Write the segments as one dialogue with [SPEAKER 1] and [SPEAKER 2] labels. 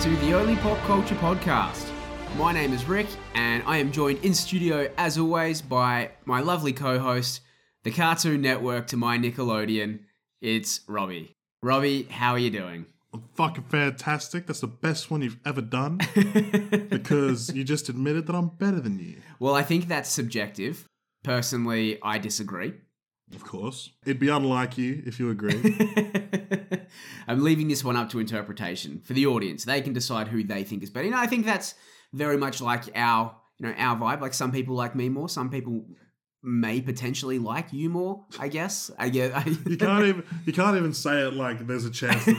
[SPEAKER 1] to the Only Pop Culture Podcast. My name is Rick, and I am joined in studio, as always, by my lovely co host, the Cartoon Network to my Nickelodeon. It's Robbie. Robbie, how are you doing?
[SPEAKER 2] I'm fucking fantastic. That's the best one you've ever done because you just admitted that I'm better than you.
[SPEAKER 1] Well, I think that's subjective. Personally, I disagree.
[SPEAKER 2] Of course. It'd be unlike you if you agree.
[SPEAKER 1] I'm leaving this one up to interpretation for the audience. They can decide who they think is better. You know, I think that's very much like our, you know, our vibe. Like some people like me more, some people may potentially like you more. I guess. I guess.
[SPEAKER 2] you can't even you can't even say it like there's a chance that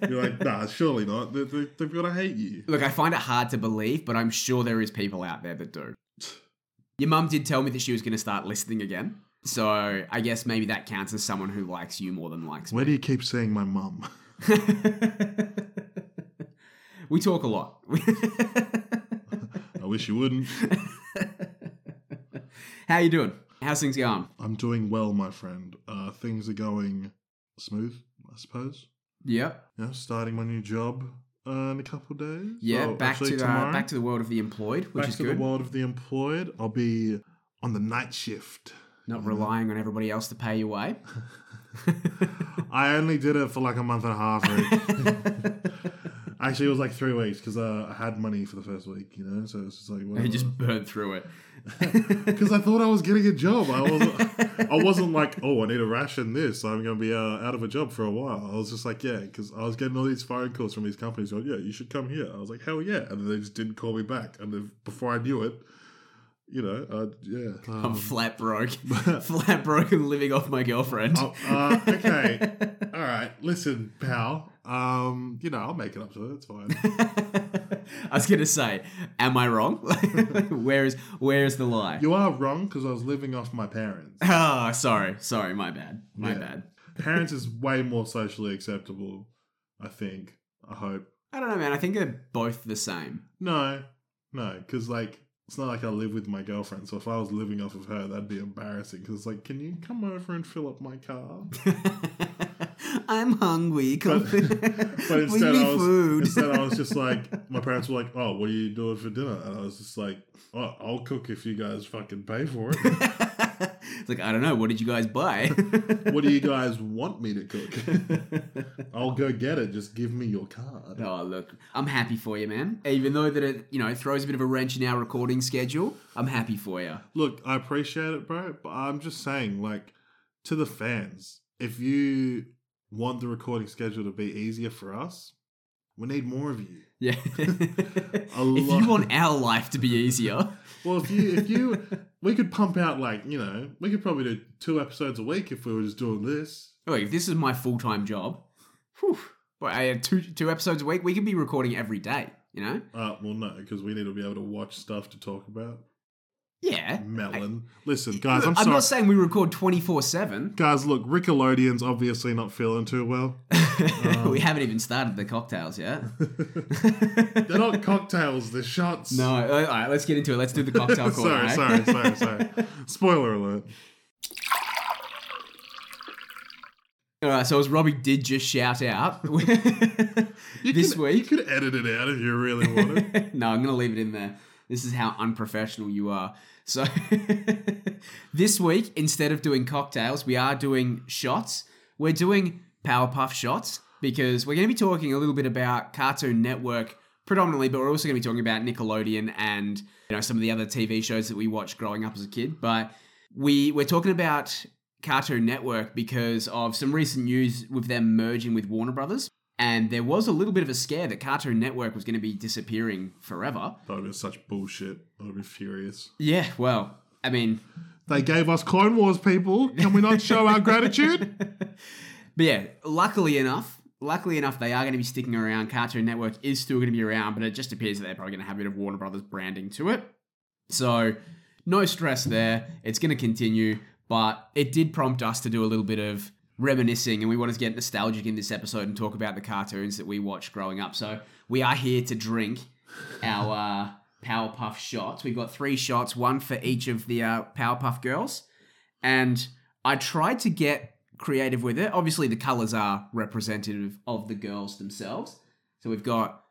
[SPEAKER 2] they do. You're like, nah, surely not. They, they, they've got to hate you.
[SPEAKER 1] Look, I find it hard to believe, but I'm sure there is people out there that do. Your mum did tell me that she was going to start listening again, so I guess maybe that counts as someone who likes you more than likes me.
[SPEAKER 2] Where do you keep saying my mum?
[SPEAKER 1] we talk a lot.
[SPEAKER 2] I wish you wouldn't.
[SPEAKER 1] How you doing? How's things going?
[SPEAKER 2] I'm doing well, my friend. Uh, things are going smooth, I suppose.
[SPEAKER 1] Yep.
[SPEAKER 2] Yeah, starting my new job uh, in a couple days.
[SPEAKER 1] Yeah,
[SPEAKER 2] Well,
[SPEAKER 1] back
[SPEAKER 2] actually
[SPEAKER 1] to the,
[SPEAKER 2] tomorrow.
[SPEAKER 1] back to the world of the employed, which
[SPEAKER 2] Back
[SPEAKER 1] is
[SPEAKER 2] to
[SPEAKER 1] good.
[SPEAKER 2] the world of the employed. I'll be on the night shift.
[SPEAKER 1] Not relying on everybody else to pay your way.
[SPEAKER 2] I only did it for like a month and a half. Right? Actually, it was like three weeks because uh, I had money for the first week, you know. So it's just like
[SPEAKER 1] They just burn through it.
[SPEAKER 2] because I thought I was getting a job. I wasn't. I wasn't like, oh, I need to ration this. I'm going to be uh, out of a job for a while. I was just like, yeah, because I was getting all these phone calls from these companies going, yeah, you should come here. I was like, hell yeah, and then they just didn't call me back. And then before I knew it, you know, uh, yeah,
[SPEAKER 1] I'm flat broke. flat broke and living off my girlfriend.
[SPEAKER 2] Oh, uh, okay. All right. Listen, pal. Um, you know, I'll make it up to her. It's fine.
[SPEAKER 1] I was gonna say, am I wrong? where is where is the lie?
[SPEAKER 2] You are wrong because I was living off my parents.
[SPEAKER 1] Oh, sorry, sorry, my bad, my
[SPEAKER 2] Yeah.
[SPEAKER 1] bad.
[SPEAKER 2] Parents is way more socially acceptable, I think. I hope.
[SPEAKER 1] I don't know, man. I think they're both the same.
[SPEAKER 2] No, no, because like it's not like I live with my girlfriend. So if I was living off of her, that'd be embarrassing. Because like, can you come over and fill up my car?
[SPEAKER 1] I'm hungry. Come
[SPEAKER 2] But- But instead,
[SPEAKER 1] Bring me
[SPEAKER 2] I was
[SPEAKER 1] food.
[SPEAKER 2] instead I was just like, my parents were like, "Oh, what are you doing for dinner?" And I was just like, "Oh, I'll cook if you guys fucking pay for it."
[SPEAKER 1] it's like I don't know. What did you guys buy?
[SPEAKER 2] what do you guys want me to cook? I'll go get it. Just give me your card.
[SPEAKER 1] oh look, I'm happy for you, man. Even though that it you know throws a bit of a wrench in our recording schedule, I'm happy for you.
[SPEAKER 2] Look, I appreciate it, bro, but I'm just saying, like, to the fans, if you want the recording schedule to be easier for us, we need more of you.
[SPEAKER 1] Yeah. if
[SPEAKER 2] lot.
[SPEAKER 1] you want our life to be easier,
[SPEAKER 2] Well, if you, if you, we could pump out like you know, we could probably do two episodes a week if we were just doing this.
[SPEAKER 1] Wait, if this is my full time job, whew, but I had two two episodes a week. We could be recording every day, you know?
[SPEAKER 2] Uh, well, no, because we need to be able to watch stuff to talk about.
[SPEAKER 1] Yeah.
[SPEAKER 2] Melon, listen, guys, I'm
[SPEAKER 1] I'm
[SPEAKER 2] sorry.
[SPEAKER 1] not saying we record twenty four seven.
[SPEAKER 2] Guys, look, Rickelodeon's obviously not feeling too well. Oh.
[SPEAKER 1] We haven't even started the cocktails yet.
[SPEAKER 2] They're not cocktails, they're shots.
[SPEAKER 1] no, all right, let's get into it. Let's do the cocktail corner.
[SPEAKER 2] sorry,
[SPEAKER 1] eh?
[SPEAKER 2] sorry, sorry, sorry. Spoiler alert.
[SPEAKER 1] All right, so as Robbie did just shout out
[SPEAKER 2] You
[SPEAKER 1] this
[SPEAKER 2] could,
[SPEAKER 1] week.
[SPEAKER 2] You could edit it out if you really wanted.
[SPEAKER 1] no, I'm going to leave it in there. This is how unprofessional you are. So, this week, instead of doing cocktails, we are doing shots. We're doing Powerpuff shots because we're going to be talking a little bit about Cartoon Network predominantly, but we're also going to be talking about Nickelodeon and you know some of the other TV shows that we watched growing up as a kid. But we we're talking about Cartoon Network because of some recent news with them merging with Warner Brothers. And there was a little bit of a scare that Cartoon Network was going to be disappearing forever.
[SPEAKER 2] that would be such bullshit. I would be furious.
[SPEAKER 1] Yeah, well, I mean,
[SPEAKER 2] They gave us Clone Wars, people. Can we not show our gratitude?
[SPEAKER 1] but yeah, luckily enough, luckily enough, they are going to be sticking around. Cartoon Network is still going to be around, but it just appears that they're probably going to have a bit of Warner Brothers branding to it. So, no stress there. It's going to continue, but it did prompt us to do a little bit of reminiscing, and we wanted to get nostalgic in this episode and talk about the cartoons that we watched growing up. So, we are here to drink our uh, Powerpuff shots. We've got three shots, one for each of the uh, Powerpuff girls. And I tried to get creative with it. Obviously, the colors are representative of the girls themselves. So, we've got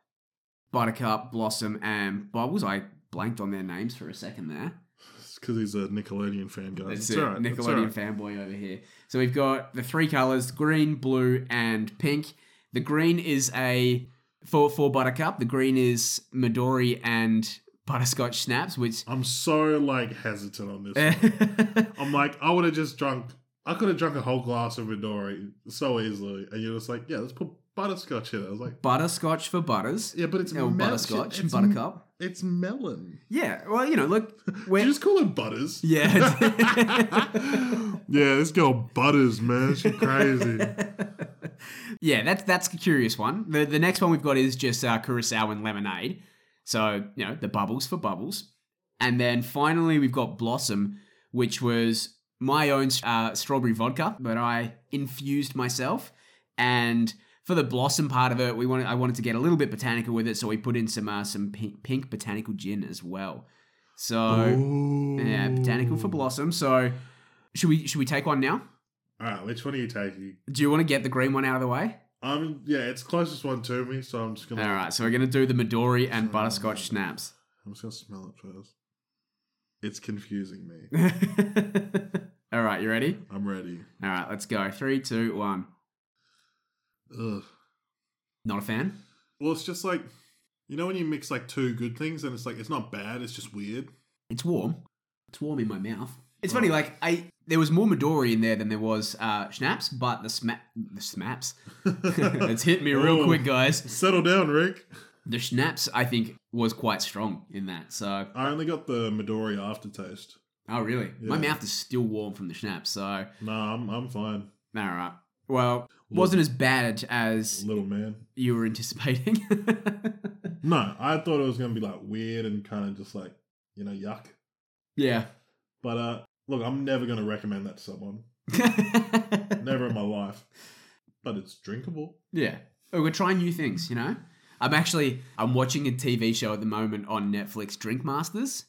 [SPEAKER 1] Buttercup, Blossom, and Bubbles. I blanked on their names for a second there.
[SPEAKER 2] It's because he's a Nickelodeon fan, guys.
[SPEAKER 1] That's
[SPEAKER 2] it's
[SPEAKER 1] it.
[SPEAKER 2] all right. it's all
[SPEAKER 1] Nickelodeon
[SPEAKER 2] right.
[SPEAKER 1] fanboy over here. So we've got the three colors: green, blue, and pink. The green is a for for Buttercup. The green is Midori and Butterscotch Snaps, which.
[SPEAKER 2] I'm so like hesitant on this. one. I'm like, I would have just drunk. I could have drunk a whole glass of Midori so easily, and you're just like, yeah, let's put butterscotch in it. I was like,
[SPEAKER 1] butterscotch for butters.
[SPEAKER 3] Yeah, but it's
[SPEAKER 1] Or
[SPEAKER 3] mel-
[SPEAKER 1] butterscotch,
[SPEAKER 3] it's-
[SPEAKER 1] buttercup.
[SPEAKER 3] It's melon.
[SPEAKER 1] Yeah, well, you know, look,
[SPEAKER 2] Did
[SPEAKER 1] we're,
[SPEAKER 2] you just call it butters?
[SPEAKER 1] yeah,
[SPEAKER 2] Yeah, this girl butters, man. She's crazy.
[SPEAKER 1] yeah. That's that's a curious one. The the next one we've got is just uh, curacao and lemonade. So you know the bubbles for bubbles, and then finally we've got blossom, which was my own uh, strawberry vodka that I infused myself. And for the blossom part of it, we wanted I wanted to get a little bit botanical with it, so we put in some uh, some pink, pink botanical gin as well. So. Yeah, botanical for blossom. So should we should we take one now?
[SPEAKER 2] All right, which one are you taking?
[SPEAKER 1] Do you want to get the green one out of the way?
[SPEAKER 2] I'm yeah, it's closest one to me, so I'm just gonna.
[SPEAKER 1] All right, so we're gonna do the Midori and butterscotch snaps.
[SPEAKER 2] I'm just gonna smell it first. It's confusing me.
[SPEAKER 1] All right, you ready?
[SPEAKER 2] I'm ready.
[SPEAKER 1] All right, let's go. Three, two, one.
[SPEAKER 2] Ugh.
[SPEAKER 1] Not a fan.
[SPEAKER 2] Well, it's just like you know when you mix like two good things, and it's like it's not bad. It's just weird.
[SPEAKER 1] It's warm. It's warm in my mouth. It's funny, like I there was more Midori in there than there was uh, schnapps, but the sma- the snaps. it's hit me real
[SPEAKER 2] Oh.
[SPEAKER 1] quick, guys.
[SPEAKER 2] Settle down, Rick.
[SPEAKER 1] The schnapps, I think, was quite strong in that. So
[SPEAKER 2] I only got the Midori aftertaste.
[SPEAKER 1] oh really? My
[SPEAKER 2] Yeah.
[SPEAKER 1] mouth is still warm from the schnapps. So
[SPEAKER 2] Nah, I'm I'm fine,
[SPEAKER 1] All right. Well, wasn't as bad as
[SPEAKER 2] little man.
[SPEAKER 1] you were anticipating.
[SPEAKER 2] No, I thought it was gonna be like weird and kind of just like you know yuck.
[SPEAKER 1] yeah.
[SPEAKER 2] But uh, look, I'm never gonna recommend that to someone. Never in my life. But it's drinkable.
[SPEAKER 1] yeah. Oh, we're trying new things, you know? I'm actually I'm watching a TV show at the moment on Netflix, Drink Masters.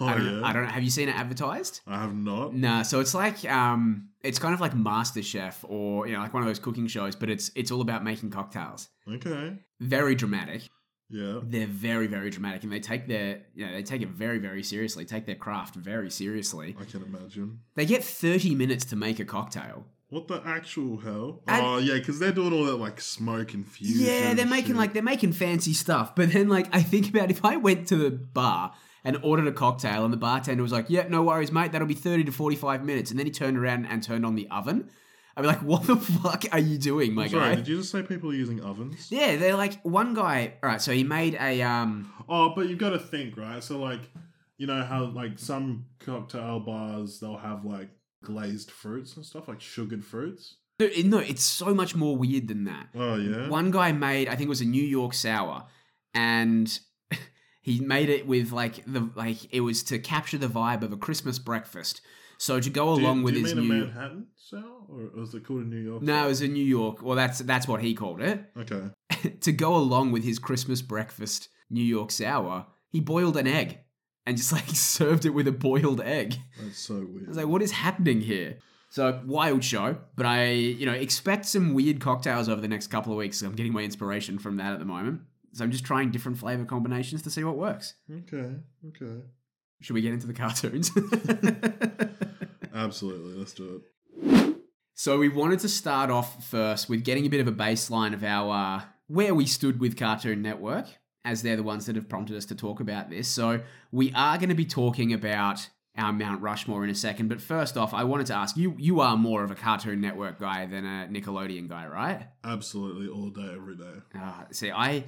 [SPEAKER 2] Oh
[SPEAKER 1] I don't
[SPEAKER 2] yeah,
[SPEAKER 1] I don't have you seen it advertised?
[SPEAKER 2] I have not.
[SPEAKER 1] Nah, so it's like um it's kind of like MasterChef or you know, like one of those cooking shows, but it's it's all about making cocktails.
[SPEAKER 2] Okay.
[SPEAKER 1] Very dramatic.
[SPEAKER 2] Yeah.
[SPEAKER 1] they're very very dramatic and they take their you know they take it very very seriously take their craft very seriously
[SPEAKER 2] I can imagine.
[SPEAKER 1] they get 30 minutes to make a cocktail
[SPEAKER 2] What the actual hell?
[SPEAKER 1] And-
[SPEAKER 2] oh yeah, because they're doing all that like smoke and fusion.
[SPEAKER 1] yeah they're making
[SPEAKER 2] shit.
[SPEAKER 1] like they're making fancy stuff but then like i think about if i went to the bar and ordered a cocktail and the bartender was like yeah no worries mate that'll be 30 to 45 minutes and then he turned around and turned on the oven i'd be like what the fuck are you doing my
[SPEAKER 2] Sorry,
[SPEAKER 1] guy
[SPEAKER 2] did you just say people are using ovens?
[SPEAKER 1] yeah they're like one guy all right so he made a um
[SPEAKER 2] Oh, but you've got to think, right? So like, you know how like some cocktail bars they'll have like glazed fruits and stuff, like sugared fruits.
[SPEAKER 1] no, it- no it's so much more weird than that
[SPEAKER 2] Oh yeah.
[SPEAKER 1] One guy made, I think it was a New York sour, and he made it with like the like it was to capture the vibe of a Christmas breakfast. So to go
[SPEAKER 2] Do you-
[SPEAKER 1] along with
[SPEAKER 2] do you
[SPEAKER 1] his
[SPEAKER 2] mean
[SPEAKER 1] new,
[SPEAKER 2] a Manhattan sour, or was it called a New York?
[SPEAKER 1] no, it was a New York. Well, that's that's what he called it.
[SPEAKER 2] sour? Okay.
[SPEAKER 1] to go along with his Christmas breakfast New York sour, he boiled an egg and just like served it with a boiled egg.
[SPEAKER 2] That's so weird.
[SPEAKER 1] I was like, what is happening here? So wild show, but I, you know, expect some weird cocktails over the next couple of weeks. I'm getting my inspiration from that at the moment. So I'm just trying different flavor combinations to see what works.
[SPEAKER 2] okay. Okay.
[SPEAKER 1] Should we get into the cartoons?
[SPEAKER 2] Absolutely. Let's do it.
[SPEAKER 1] so we wanted to start off first with getting a bit of a baseline of our uh, where we stood with Cartoon Network, as they're the ones that have prompted us to talk about this. So we are going to be talking about our Mount Rushmore in a second, but first off, I wanted to ask you: you are more of a Cartoon Network guy than a Nickelodeon guy, right?
[SPEAKER 2] Absolutely all day, every day.
[SPEAKER 1] Uh, see, I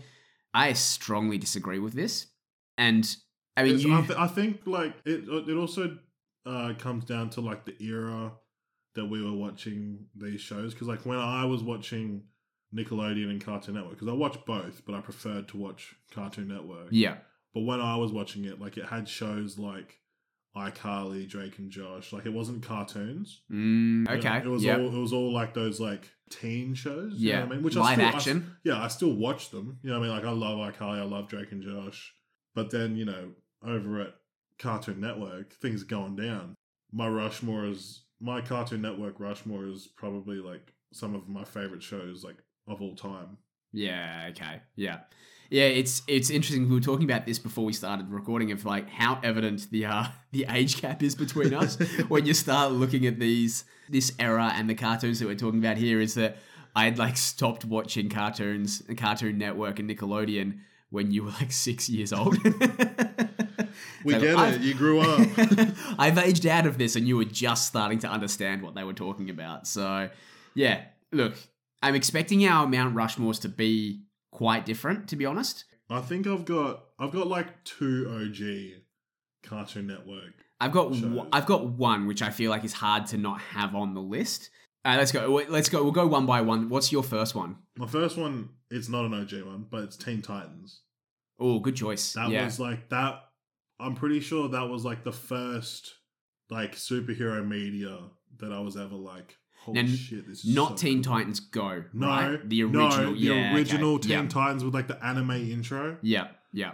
[SPEAKER 1] I strongly disagree with this, and I mean,
[SPEAKER 2] It's-
[SPEAKER 1] you,
[SPEAKER 2] I, th- I think like it. It also uh, comes down to like the era that we were watching these shows. Because like when I was watching Nickelodeon and Cartoon Network, because I watched both, but I preferred to watch Cartoon Network.
[SPEAKER 1] yeah,
[SPEAKER 2] But when I was watching it, like it had shows like iCarly, Drake and Josh. Like it wasn't cartoons.
[SPEAKER 1] mm,
[SPEAKER 2] You know,
[SPEAKER 1] okay,
[SPEAKER 2] It was
[SPEAKER 1] yeah,
[SPEAKER 2] all it was all like those like teen shows. You know
[SPEAKER 1] yeah,
[SPEAKER 2] what I mean? I
[SPEAKER 1] live
[SPEAKER 2] still- I
[SPEAKER 1] action.
[SPEAKER 2] yeah, I still watch them. You know what I mean? Like, I love iCarly, I love Drake and Josh. But then, you know, over at Cartoon Network, things are going down. My Rushmore is, my Cartoon Network Rushmore is probably like some of my favorite shows, like of all time.
[SPEAKER 1] Yeah, okay. Yeah. Yeah, it's it's interesting. We were talking about this before we started recording of like how evident the uh, the age gap is between us when you start looking at these this era and the cartoons that we're talking about here. Is that I had like stopped watching cartoons, the Cartoon Network, and Nickelodeon when you were like six years old.
[SPEAKER 2] We
[SPEAKER 1] So
[SPEAKER 2] get
[SPEAKER 1] I've-
[SPEAKER 2] it. You grew up.
[SPEAKER 1] I've aged out of this, and you were just starting to understand what they were talking about. So, yeah, look, I'm expecting our Mount Rushmores to be quite different, to be honest.
[SPEAKER 2] I think I've got I've got like two OG Cartoon Network.
[SPEAKER 1] I've got
[SPEAKER 2] Sure.
[SPEAKER 1] one- I've got one which I feel like is hard to not have on the list. Uh, let's go. Wait, Let's go. We'll go one by one. What's your first one?
[SPEAKER 2] My first one, it's not an OG one, but it's Teen Titans.
[SPEAKER 1] Oh, good choice.
[SPEAKER 2] That
[SPEAKER 1] yeah.
[SPEAKER 2] was like that. I'm pretty sure that was like the first like superhero media that I was ever like. Holy
[SPEAKER 1] Now,
[SPEAKER 2] shit! This is
[SPEAKER 1] not
[SPEAKER 2] so
[SPEAKER 1] Teen
[SPEAKER 2] cool."
[SPEAKER 1] Titans Go.
[SPEAKER 2] No,
[SPEAKER 1] right? the
[SPEAKER 2] no,
[SPEAKER 1] original.
[SPEAKER 2] the
[SPEAKER 1] yeah,
[SPEAKER 2] original
[SPEAKER 1] okay.
[SPEAKER 2] Teen
[SPEAKER 1] yeah.
[SPEAKER 2] Titans with like the anime intro.
[SPEAKER 1] yeah, yeah,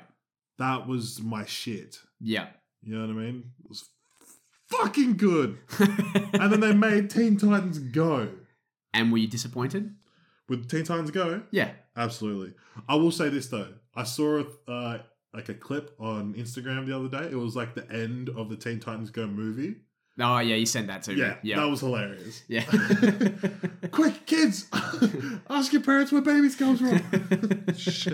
[SPEAKER 2] That was my shit.
[SPEAKER 1] yeah.
[SPEAKER 2] You know what I mean? It was fucking good. and then they made Teen Titans Go.
[SPEAKER 1] and were you disappointed?
[SPEAKER 2] With Teen Titans Go,
[SPEAKER 1] Yeah.
[SPEAKER 2] Absolutely. I will say this though. I saw uh, like a clip on Instagram the other day. It was like the end of the Teen Titans Go movie.
[SPEAKER 1] Oh, yeah. You sent that to me.
[SPEAKER 2] Yeah, that
[SPEAKER 1] Yeah.
[SPEAKER 2] was hilarious.
[SPEAKER 1] yeah.
[SPEAKER 2] Quick, kids, ask your parents where babies come from.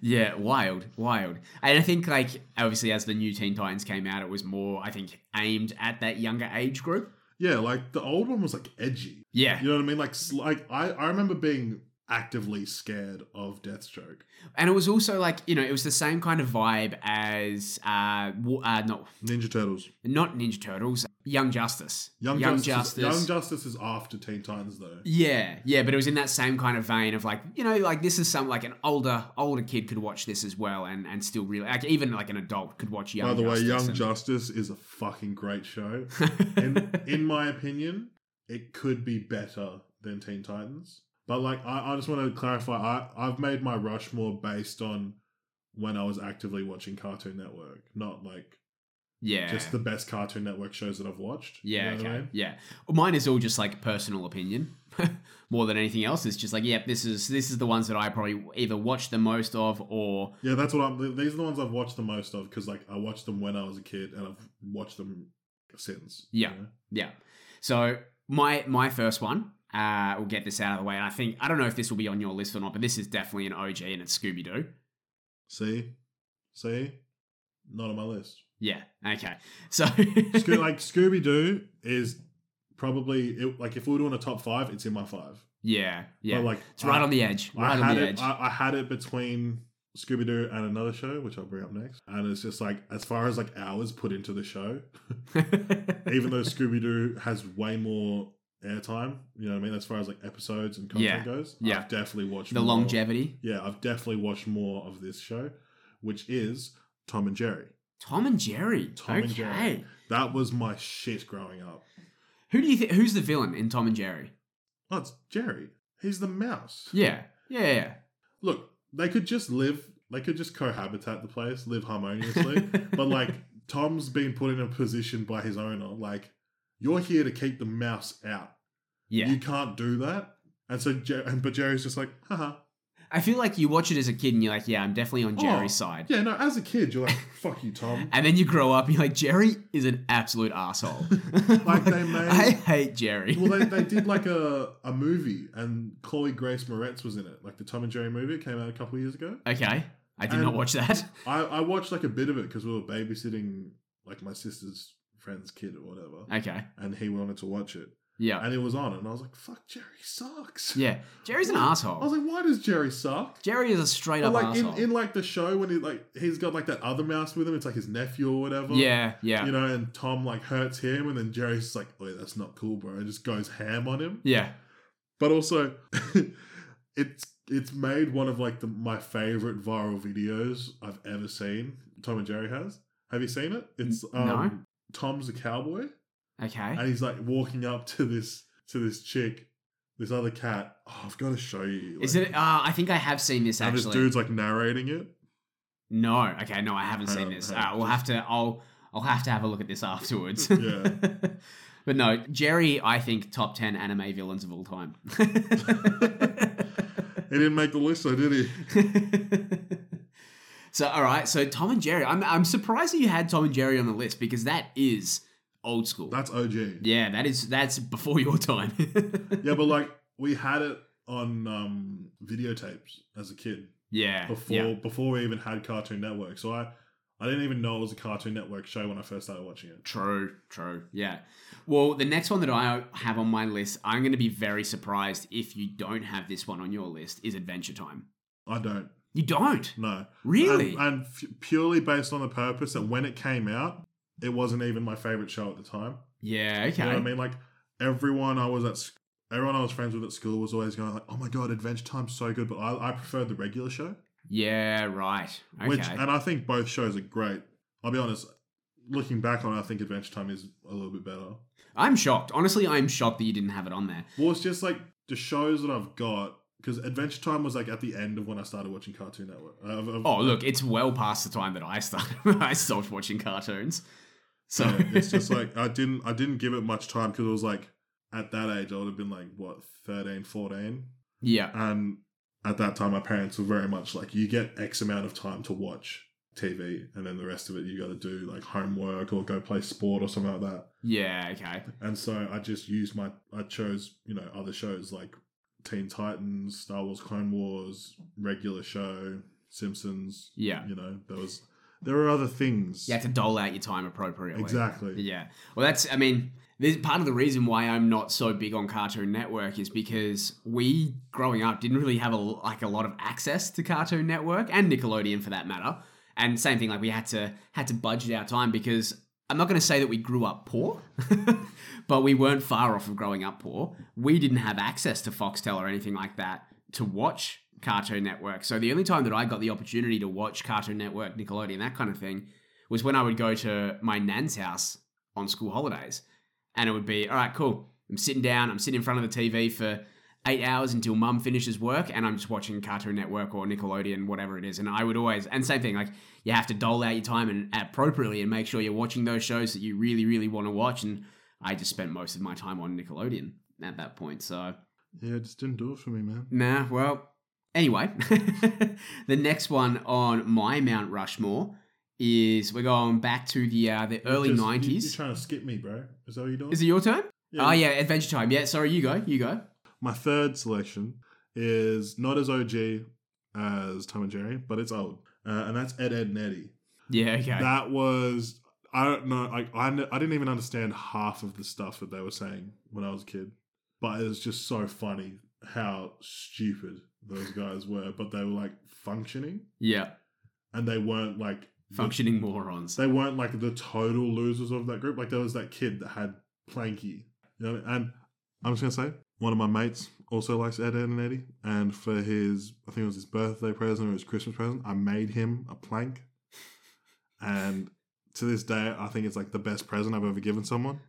[SPEAKER 1] yeah, wild, wild. And I think like obviously as the new Teen Titans came out, it was more I think aimed at that younger age group.
[SPEAKER 2] yeah, like the old one was like edgy.
[SPEAKER 1] Yeah,
[SPEAKER 2] You know what I mean? Like, sl- like I, I remember being actively scared of Deathstroke.
[SPEAKER 1] and it was also like you know it was the same kind of vibe as uh, wa- uh not
[SPEAKER 2] Ninja Turtles.
[SPEAKER 1] not Ninja Turtles, Young Justice,
[SPEAKER 2] Young Justice is after Teen Titans though.
[SPEAKER 1] Yeah, yeah, but it was in that same kind of vein of like, you know, like this is some like an older older kid could watch this as well and and still really like even like an adult could watch Young.
[SPEAKER 2] By the
[SPEAKER 1] Justice
[SPEAKER 2] way, Young
[SPEAKER 1] and-
[SPEAKER 2] Justice is a fucking great show. in in my opinion, it could be better than Teen Titans. But like I, I just want to clarify, I, I've made my Rushmore based on when I was actively watching Cartoon Network, not like
[SPEAKER 1] yeah,
[SPEAKER 2] just the best Cartoon Network shows that I've watched. You
[SPEAKER 1] Yeah,
[SPEAKER 2] know what
[SPEAKER 1] okay.
[SPEAKER 2] I mean?
[SPEAKER 1] Yeah. Well, mine is all just like personal opinion more than anything else. It's just like, yep, this is this is the ones that I probably either watched the most of or
[SPEAKER 2] Yeah, that's what I'm. These are the ones I've watched the most of because like I watched them when I was a kid, and I've watched them since. you
[SPEAKER 1] Yeah.
[SPEAKER 2] know?
[SPEAKER 1] yeah. So my my first one, uh, we'll get this out of the way. And I think I don't know if this will be on your list or not, but this is definitely an OG and it's Scooby Doo.
[SPEAKER 2] See, see, not on my list.
[SPEAKER 1] Yeah. Okay. So
[SPEAKER 2] Sco- like Scooby Doo is probably it, like if we were doing a top five, it's in my five.
[SPEAKER 1] Yeah, yeah.
[SPEAKER 2] But like
[SPEAKER 1] it's right
[SPEAKER 2] I,
[SPEAKER 1] on the edge.
[SPEAKER 2] I
[SPEAKER 1] Right on
[SPEAKER 2] had
[SPEAKER 1] the
[SPEAKER 2] it.
[SPEAKER 1] edge.
[SPEAKER 2] I, I had it between Scooby Doo and another show, which I'll bring up next. And it's just like as far as like hours put into the show, even though Scooby Doo has way more airtime, you know what I mean. As far as like episodes and content
[SPEAKER 1] Yeah,
[SPEAKER 2] goes,
[SPEAKER 1] yeah.
[SPEAKER 2] I've definitely watched
[SPEAKER 1] the
[SPEAKER 2] more-
[SPEAKER 1] longevity.
[SPEAKER 2] Yeah, I've definitely watched more of this show, which is Tom and Jerry.
[SPEAKER 1] Tom and Jerry.
[SPEAKER 2] Tom
[SPEAKER 1] okay.
[SPEAKER 2] and Jerry. That was my shit growing up.
[SPEAKER 1] Who do you think who's the villain in Tom and Jerry?
[SPEAKER 2] Oh, it's Jerry. He's the mouse.
[SPEAKER 1] Yeah. Yeah. yeah.
[SPEAKER 2] Look, they could just live, they could just cohabitat the place, live harmoniously. but like, Tom's been put in a position by his owner. Like, you're here to keep the mouse out.
[SPEAKER 1] yeah.
[SPEAKER 2] You can't do that. And so, Jer- and, but Jerry's just like, haha.
[SPEAKER 1] I feel like you watch it as a kid and you're like, yeah, I'm definitely on
[SPEAKER 2] Oh,
[SPEAKER 1] Jerry's side.
[SPEAKER 2] Yeah, no, as a kid, you're like, fuck you, Tom.
[SPEAKER 1] And then you grow up and you're like, Jerry is an absolute asshole.
[SPEAKER 2] Like they made-
[SPEAKER 1] I hate Jerry.
[SPEAKER 2] well, they, they did like a, a movie, and Chloe Grace Moretz was in it, like the Tom and Jerry movie. It came out a couple years ago.
[SPEAKER 1] okay. I did
[SPEAKER 2] And-
[SPEAKER 1] not watch that.
[SPEAKER 2] I, I watched like a bit of it because we were babysitting like my sister's friend's kid or whatever,
[SPEAKER 1] Okay.
[SPEAKER 2] and he wanted to watch it,
[SPEAKER 1] Yeah.
[SPEAKER 2] and it was on, and I was like, "Fuck, Jerry sucks."
[SPEAKER 1] Yeah. Jerry's an
[SPEAKER 2] I
[SPEAKER 1] asshole.
[SPEAKER 2] was like, "Why does Jerry suck?"
[SPEAKER 1] Jerry is a straight
[SPEAKER 2] But
[SPEAKER 1] up
[SPEAKER 2] like in,
[SPEAKER 1] asshole.
[SPEAKER 2] in like the show when he like he's got like that other mouse with him, it's like his nephew or whatever.
[SPEAKER 1] yeah. Yeah.
[SPEAKER 2] You know, and Tom like hurts him, and then Jerry's just like, "Oh, that's not cool, bro," and just goes ham on him.
[SPEAKER 1] yeah.
[SPEAKER 2] But also, it's it's made one of like the, my favorite viral videos I've ever seen. Tom and Jerry has. Have you seen it? It's um,
[SPEAKER 1] no.
[SPEAKER 2] Tom's a cowboy,
[SPEAKER 1] Okay.
[SPEAKER 2] and he's like walking up to this to this chick, this other cat. Oh, I've got to show you.
[SPEAKER 1] Is
[SPEAKER 2] like-
[SPEAKER 1] it? Uh, I think I have seen this
[SPEAKER 2] And
[SPEAKER 1] actually.
[SPEAKER 2] this dude's like narrating it.
[SPEAKER 1] no, okay, no, I haven't
[SPEAKER 2] Hang
[SPEAKER 1] seen
[SPEAKER 2] on,
[SPEAKER 1] this.
[SPEAKER 2] hang
[SPEAKER 1] Uh,
[SPEAKER 2] on,
[SPEAKER 1] we'll have
[SPEAKER 2] just-
[SPEAKER 1] to. I'll. I'll have to have a look at this afterwards.
[SPEAKER 2] Yeah.
[SPEAKER 1] but no, Jerry, I think top ten anime villains of all time.
[SPEAKER 2] He didn't make the list, though, did he?
[SPEAKER 1] so all right, so Tom and Jerry. I'm I'm surprised that you had Tom and Jerry on the list because that is old school.
[SPEAKER 2] That's OG.
[SPEAKER 1] yeah, that is that's before your time.
[SPEAKER 2] Yeah, but like we had it on um, videotapes as a kid
[SPEAKER 1] yeah.
[SPEAKER 2] before
[SPEAKER 1] yeah.
[SPEAKER 2] before we even had Cartoon Network. So I I didn't even know it was a Cartoon Network show when I first started watching it.
[SPEAKER 1] True, true. Yeah. Well, the next one that I have on my list, I'm going to be very surprised if you don't have this one on your list, is Adventure Time.
[SPEAKER 2] I don't
[SPEAKER 1] You don't?
[SPEAKER 2] know.
[SPEAKER 1] Really?
[SPEAKER 2] And, and f- purely based on the purpose that when it came out, it wasn't even my favorite show at the time.
[SPEAKER 1] yeah, okay.
[SPEAKER 2] You know what I mean? Like everyone I was at, sc- everyone I was friends with at school was always going like, "Oh my god, Adventure Time's so good," but I, I preferred the regular show.
[SPEAKER 1] Yeah, right. Okay.
[SPEAKER 2] Which and I think both shows are great. I'll be honest. Looking back on, it, I think Adventure Time is a little bit better.
[SPEAKER 1] I'm shocked. Honestly, I'm shocked that you didn't have it on there.
[SPEAKER 2] Well, it's just like the shows that I've got because Adventure Time was like at the end of when I started watching Cartoon Network. Uh, of- of-
[SPEAKER 1] Oh, look, it's well past the time that I started. I stopped watching cartoons. So
[SPEAKER 2] Yeah, it's just like I didn't I didn't give it much time because it was like at that age I would have been like what 13, 14.
[SPEAKER 1] yeah,
[SPEAKER 2] and at that time my parents were very much like you get X amount of time to watch TV and then the rest of it you got to do like homework or go play sport or something like that.
[SPEAKER 1] yeah, okay,
[SPEAKER 2] And so I just used my I chose you know other shows like Teen Titans, Star Wars, Clone Wars, regular show, Simpsons.
[SPEAKER 1] yeah.
[SPEAKER 2] You know there was there were other things.
[SPEAKER 1] You have to dole out your time appropriately.
[SPEAKER 2] exactly.
[SPEAKER 1] Yeah. Well, that's, I mean, this, part of the reason why I'm not so big on Cartoon Network is because we, growing up, didn't really have a, like a lot of access to Cartoon Network and Nickelodeon for that matter. And same thing, like we had to had to budget our time because I'm not going to say that we grew up poor, but we weren't far off of growing up poor. We didn't have access to Foxtel or anything like that to watch Cartoon Network. So the only time that I got the opportunity to watch Cartoon Network, Nickelodeon, that kind of thing, was when I would go to my nan's house on school holidays. And it would be, all right, cool. I'm sitting down, I'm sitting in front of the TV for eight hours until mum finishes work, and I'm just watching Cartoon Network or Nickelodeon, whatever it is. And I would always, and same thing, like you have to dole out your time and appropriately and make sure you're watching those shows that you really, really want to watch. And I just spent most of my time on Nickelodeon at that point. So,
[SPEAKER 2] Yeah, it just didn't do it for me, man.
[SPEAKER 1] nah, well, anyway, the next one on my Mount Rushmore is we're going back to the uh, the early
[SPEAKER 2] Just- you-
[SPEAKER 1] 90s.
[SPEAKER 2] You're trying to skip me, bro. Is that what you're doing?
[SPEAKER 1] Is it your turn?
[SPEAKER 2] Yeah.
[SPEAKER 1] Oh yeah, Adventure Time. Yeah, sorry, you go, you go.
[SPEAKER 2] My third selection is not as OG as Tom and Jerry, but it's old, uh, and that's Ed Ed and Eddie.
[SPEAKER 1] Yeah, okay.
[SPEAKER 2] That was I don't know, like I kn- I didn't even understand half of the stuff that they were saying when I was a kid, but it was just so funny how stupid those guys were, but they were like functioning,
[SPEAKER 1] yeah,
[SPEAKER 2] and they weren't like the-
[SPEAKER 1] functioning morons.
[SPEAKER 2] they weren't like the total losers of that group. Like there was that kid that had Planky, you know. what I mean? And I'm just gonna say, one of my mates also likes Ed, Ed and Eddie, and for his, I think it was his birthday present or his Christmas present, I made him a plank. And to this day, I think it's like the best present I've ever given someone.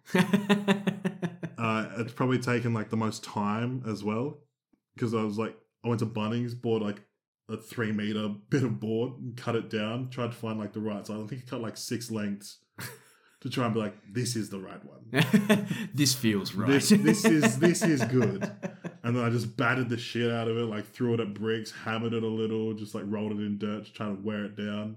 [SPEAKER 2] Uh, it's probably taken like the most time as well, because I was like, I went to Bunnings, bought like. A three meter bit of board, and cut it down. Tried to find like the right size. I think it cut like six lengths to try and be like, this is the right one.
[SPEAKER 1] this feels right.
[SPEAKER 2] This this is this is good. And then I just battered the shit out of it, like threw it at bricks, hammered it a little, just like rolled it in dirt, just trying to wear it down.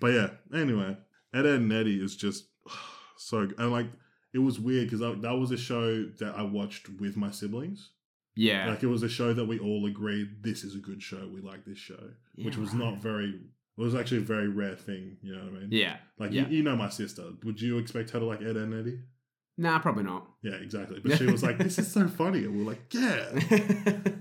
[SPEAKER 2] But yeah, anyway, Ed, Ed and Eddie is just so good. and like it was weird because that was a show that I watched with my siblings.
[SPEAKER 1] yeah,
[SPEAKER 2] Like it was a show that we all agreed this is a good show. We like this show,
[SPEAKER 1] Yeah,
[SPEAKER 2] which was
[SPEAKER 1] right.
[SPEAKER 2] not very. It was actually a very rare thing. You know what I mean?
[SPEAKER 1] Yeah,
[SPEAKER 2] Like
[SPEAKER 1] yeah.
[SPEAKER 2] You, you know my sister. Would you expect her to like Ed, Ed and Eddie?
[SPEAKER 1] nah, probably not.
[SPEAKER 2] Yeah, exactly. But she was like, "This is so funny," and we we're like, "Yeah,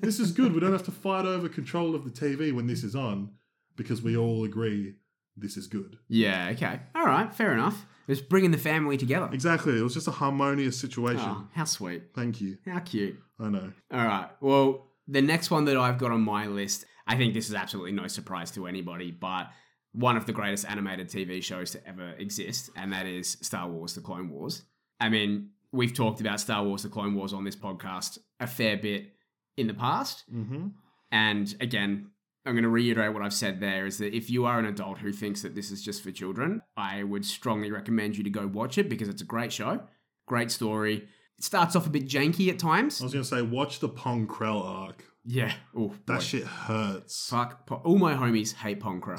[SPEAKER 2] this is good. We don't have to fight over control of the TV when this is on, because we all agree this is good."
[SPEAKER 1] yeah, okay, all right, fair enough. It's bringing the family together.
[SPEAKER 2] Exactly. It was just a harmonious situation.
[SPEAKER 1] Oh, how sweet,
[SPEAKER 2] Thank you.
[SPEAKER 1] how cute.
[SPEAKER 2] I know.
[SPEAKER 1] All right. Well, the next one that I've got on my list, I think this is absolutely no surprise to anybody, but one of the greatest animated TV shows to ever exist, and that is Star Wars The Clone Wars. I mean, we've talked about Star Wars The Clone Wars on this podcast a fair bit in the past.
[SPEAKER 2] Mm-hmm.
[SPEAKER 1] And again, I'm going to reiterate what I've said there is that if you are an adult who thinks that this is just for children, I would strongly recommend you to go watch it because it's a great show, great story. It starts off a bit janky at times.
[SPEAKER 2] I was gonna say, watch the Pong Krell arc.
[SPEAKER 1] Yeah. Oh,
[SPEAKER 2] That
[SPEAKER 1] boy.
[SPEAKER 2] shit hurts.
[SPEAKER 1] Fuck. Po- all my homies hate Pong Crow.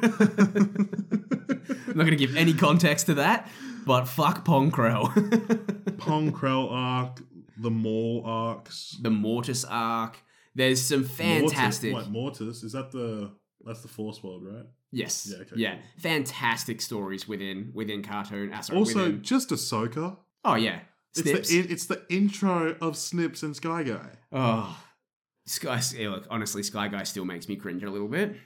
[SPEAKER 1] I'm not going to give any context to that, but fuck Pong Crow.
[SPEAKER 2] Pong Krell arc, the Maul arcs.
[SPEAKER 1] the Mortis arc. There's some fantastic.
[SPEAKER 2] Mortis, what, Mortis? Is that the that's the Force world, right?
[SPEAKER 1] Yes. Yeah.
[SPEAKER 2] Yeah, okay, cool.
[SPEAKER 1] Fantastic stories within within cartoon. ah, sorry,
[SPEAKER 2] also,
[SPEAKER 1] within-
[SPEAKER 2] just Ahsoka.
[SPEAKER 1] oh yeah. Snips.
[SPEAKER 2] It's the in, it's the intro of Snips and Sky Guy.
[SPEAKER 1] oh, Sky. yeah, Look, honestly, Sky Guy still makes me cringe a little bit.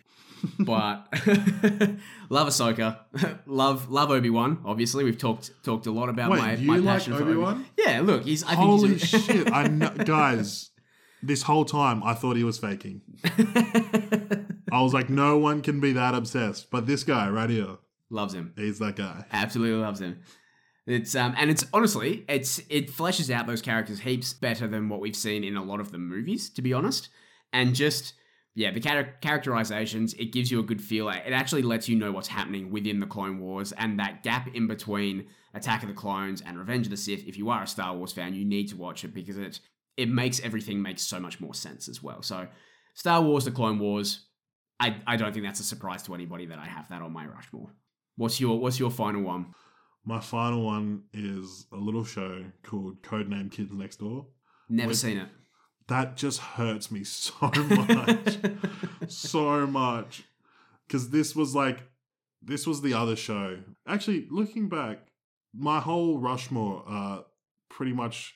[SPEAKER 1] But love Ahsoka, love love Obi Wan. Obviously, we've talked talked a lot about
[SPEAKER 2] Wait,
[SPEAKER 1] my
[SPEAKER 2] you
[SPEAKER 1] my
[SPEAKER 2] like
[SPEAKER 1] passion for
[SPEAKER 2] Obi Wan?
[SPEAKER 1] Yeah, look, he's. I
[SPEAKER 2] Holy
[SPEAKER 1] think he's a-
[SPEAKER 2] shit! I kn- guys, this whole time I thought he was faking. I was like, no one can be that obsessed, but this guy right here,
[SPEAKER 1] loves him.
[SPEAKER 2] he's that guy.
[SPEAKER 1] Absolutely loves him. It's um and it's honestly it's it fleshes out those characters heaps better than what we've seen in a lot of the movies, to be honest. And just yeah, the char- characterizations it gives you a good feel. It actually lets you know what's happening within the Clone Wars and that gap in between Attack of the Clones and Revenge of the Sith. If you are a Star Wars fan, you need to watch it because it it makes everything make so much more sense as well. So Star Wars: The Clone Wars. I I don't think that's a surprise to anybody that I have that on my Rushmore. What's your What's your final one?
[SPEAKER 2] My final one is a little show called Codename Kids Next Door.
[SPEAKER 1] Never
[SPEAKER 2] Wait.
[SPEAKER 1] seen it.
[SPEAKER 2] That just hurts me so much. so much because this was like this was the other show actually looking back my whole rushmore are pretty much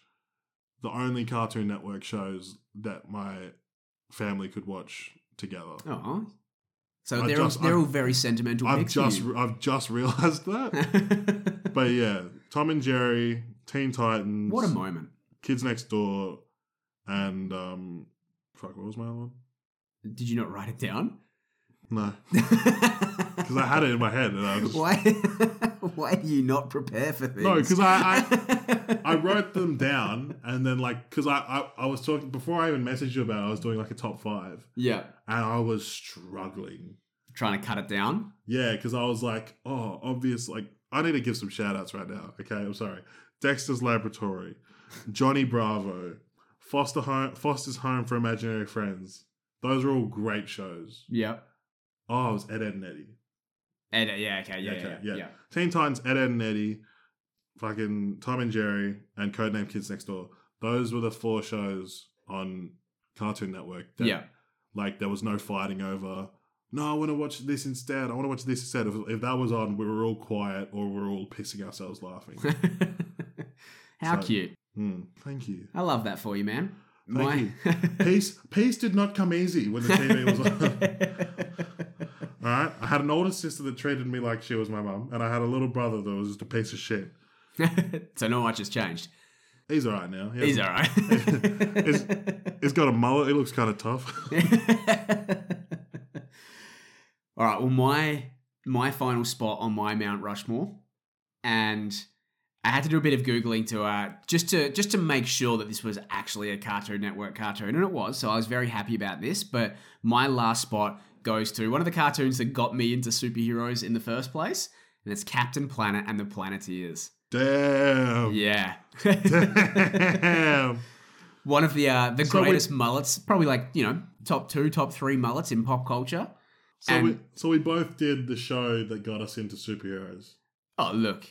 [SPEAKER 2] the only cartoon network shows that my family could watch together
[SPEAKER 1] oh, so
[SPEAKER 2] I
[SPEAKER 1] they're
[SPEAKER 2] just-
[SPEAKER 1] all, they're
[SPEAKER 2] I-
[SPEAKER 1] all very sentimental.
[SPEAKER 2] i've
[SPEAKER 1] picks for
[SPEAKER 2] just
[SPEAKER 1] you.
[SPEAKER 2] i've just realized that but yeah tom and jerry teen titans
[SPEAKER 1] what a moment!
[SPEAKER 2] kids next door and um fuck what was my other one
[SPEAKER 1] Did you not write it down?
[SPEAKER 2] no because i had it in my head and i was
[SPEAKER 1] why Why do you not prepare for things?
[SPEAKER 2] No, 'cause I-
[SPEAKER 1] I,
[SPEAKER 2] I wrote them down and then like because I, I I was talking before I even messaged you about it, I was doing like a top five
[SPEAKER 1] yeah
[SPEAKER 2] and I was struggling.
[SPEAKER 1] trying to cut it down.
[SPEAKER 2] Yeah, because I was like, oh, obvious. Like I need to give some shout outs right now. Okay, I'm sorry. Dexter's Laboratory, Johnny Bravo, Foster Home, Foster's Home for Imaginary Friends. Those are all great shows.
[SPEAKER 1] Yep.
[SPEAKER 2] Oh, it was Ed, Ed and Eddie.
[SPEAKER 1] And, uh, yeah. Okay. Yeah.
[SPEAKER 2] Okay,
[SPEAKER 1] yeah.
[SPEAKER 2] yeah. Teen Titans, Ed, Ed and Eddie, fucking Tom and Jerry, and Codename Kids Next Door. Those were the four shows on Cartoon Network.
[SPEAKER 1] Yeah.
[SPEAKER 2] That,
[SPEAKER 1] yeah.
[SPEAKER 2] Like there was no fighting over. No, I want to watch this instead. I want to watch this instead. If, if that was on, we were all quiet or we are all pissing ourselves laughing.
[SPEAKER 1] How
[SPEAKER 2] So-
[SPEAKER 1] cute!
[SPEAKER 2] Hmm. Thank you.
[SPEAKER 1] I love that for you, man.
[SPEAKER 2] Thank you. Peace. Peace did not come easy when the TV was on. All right. I had an older sister that treated me like she was my mum, and I had a little brother that was just a piece of shit.
[SPEAKER 1] so not much has changed.
[SPEAKER 2] He's all right now. He
[SPEAKER 1] He's
[SPEAKER 2] hasn't-
[SPEAKER 1] all right.
[SPEAKER 2] He's got a mullet. He looks kind of tough.
[SPEAKER 1] all right. Well, my my final spot on my Mount Rushmore, and I had to do a bit of googling to uh, just to just to make sure that this was actually a Cartoon Network cartoon, and it was. So I was very happy about this. But my last spot goes to one of the cartoons that got me into superheroes in the first place, and it's Captain Planet and the Planeteers.
[SPEAKER 2] Damn.
[SPEAKER 1] Yeah.
[SPEAKER 2] Damn.
[SPEAKER 1] one of the uh, the
[SPEAKER 2] So we-
[SPEAKER 1] greatest mullets, probably like you know top two, top three mullets in pop culture.
[SPEAKER 2] So
[SPEAKER 1] And-
[SPEAKER 2] we so we both did the show that got us into superheroes.
[SPEAKER 1] Oh look,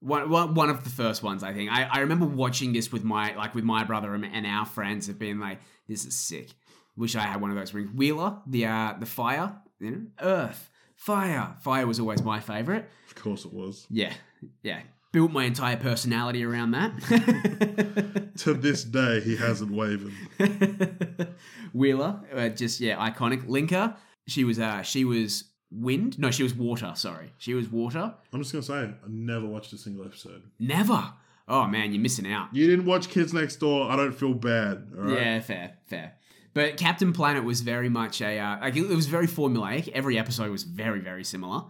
[SPEAKER 1] one, one, one of the first ones I think. I, I remember watching this with my like with my brother and, and our friends have been like, this is sick. Wish I had one of those rings. Wheeler, the uh, the fire, you know, Earth, fire, fire was always my favorite.
[SPEAKER 2] Of course it was.
[SPEAKER 1] Yeah, yeah. Built my entire personality around that.
[SPEAKER 2] to this day, he hasn't wavered.
[SPEAKER 1] Wheeler, uh, just yeah, iconic. Linker, she was uh, she was wind. No, she was water. Sorry, she was water.
[SPEAKER 2] I'm just gonna say, I never watched a single episode.
[SPEAKER 1] Never. Oh man, you're missing out.
[SPEAKER 2] You didn't watch Kids Next Door. I don't feel bad. All right.
[SPEAKER 1] Yeah, fair, fair. But Captain Planet was very much a uh, like it it was very formulaic. Every episode was very, very similar,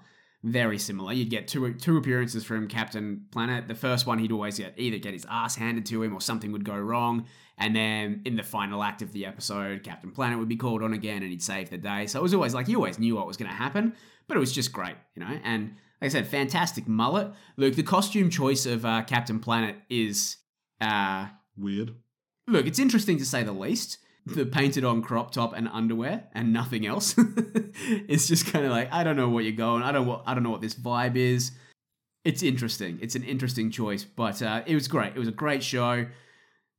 [SPEAKER 1] very similar. You'd get two two appearances from Captain Planet. The first one, he'd always get either get his ass handed to him or something would go wrong, and then in the final act of the episode, Captain Planet would be called on again and he'd save the day. So it was always like you always knew what was going to happen, but it was just great, you know. And like I said, fantastic mullet. Look, the costume choice of uh, Captain Planet is. Uh,
[SPEAKER 2] Weird.
[SPEAKER 1] look, it's interesting to say the least. the painted on crop top and underwear and nothing else. it's just kind of like I don't know what you're going. I don't what I don't know what this vibe is. It's interesting. It's an interesting choice, but uh, it was great. It was a great show.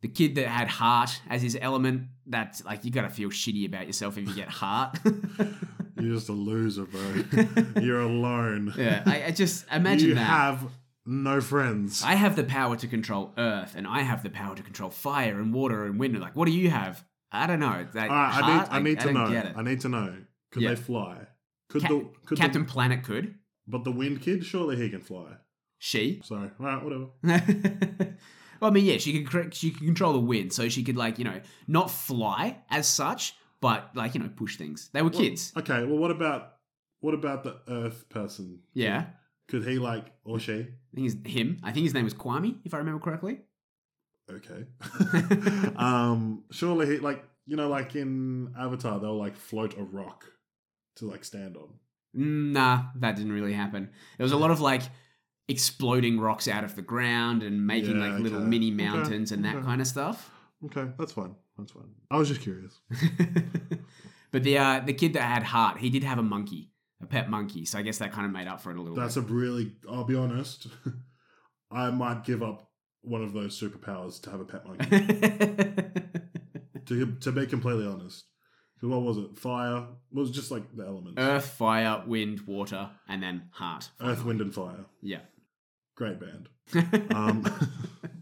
[SPEAKER 1] The kid that had heart as his element. That's like you got to feel shitty about yourself if you get heart.
[SPEAKER 2] You're just a loser, bro. You're alone.
[SPEAKER 1] yeah, I, I just imagine
[SPEAKER 2] you
[SPEAKER 1] that.
[SPEAKER 2] have no friends.
[SPEAKER 1] I have the power to control earth, and I have the power to control fire and water and wind. Like, what do you have? I don't know. That
[SPEAKER 2] All right, I need,
[SPEAKER 1] heart,
[SPEAKER 2] I need to
[SPEAKER 1] don't
[SPEAKER 2] know.
[SPEAKER 1] Get it.
[SPEAKER 2] I need to know. Could
[SPEAKER 1] Yeah.
[SPEAKER 2] they fly? Could
[SPEAKER 1] Cap-
[SPEAKER 2] the could
[SPEAKER 1] Captain
[SPEAKER 2] The,
[SPEAKER 1] Planet could.
[SPEAKER 2] but the wind kid, surely he can fly.
[SPEAKER 1] She.
[SPEAKER 2] Sorry. All right, whatever.
[SPEAKER 1] well, I mean, yeah, she could cr- she could control the wind, so she could like you know not fly as such, but like you know push things. They were
[SPEAKER 2] Well,
[SPEAKER 1] kids.
[SPEAKER 2] Okay. Well, what about what about the Earth person?
[SPEAKER 1] Yeah,
[SPEAKER 2] Could he like or she?
[SPEAKER 1] I think it's him. I think his name was Kwame, if I remember correctly.
[SPEAKER 2] Okay. um. Surely he like you know like in Avatar they'll like float a rock to like stand on.
[SPEAKER 1] Nah, that didn't really happen. There was a lot of like exploding rocks out of the ground and making
[SPEAKER 2] Yeah,
[SPEAKER 1] like little
[SPEAKER 2] okay.
[SPEAKER 1] mini
[SPEAKER 2] Okay,
[SPEAKER 1] mountains and that
[SPEAKER 2] okay.
[SPEAKER 1] kind of stuff.
[SPEAKER 2] Okay, that's fine. That's fine. I was just curious.
[SPEAKER 1] but the uh, the kid that had heart, he did have a monkey, a pet monkey. So I guess that kind of made up for it a little
[SPEAKER 2] That's
[SPEAKER 1] bit.
[SPEAKER 2] a really. I'll be honest. I might give up one of those superpowers to have a pet monkey. to to be completely honest, 'Cause what was it? Fire it was just like the elements.
[SPEAKER 1] Earth, fire, wind, water, and then heart.
[SPEAKER 2] Earth, wind, and fire.
[SPEAKER 1] Yeah.
[SPEAKER 2] Great band. Um,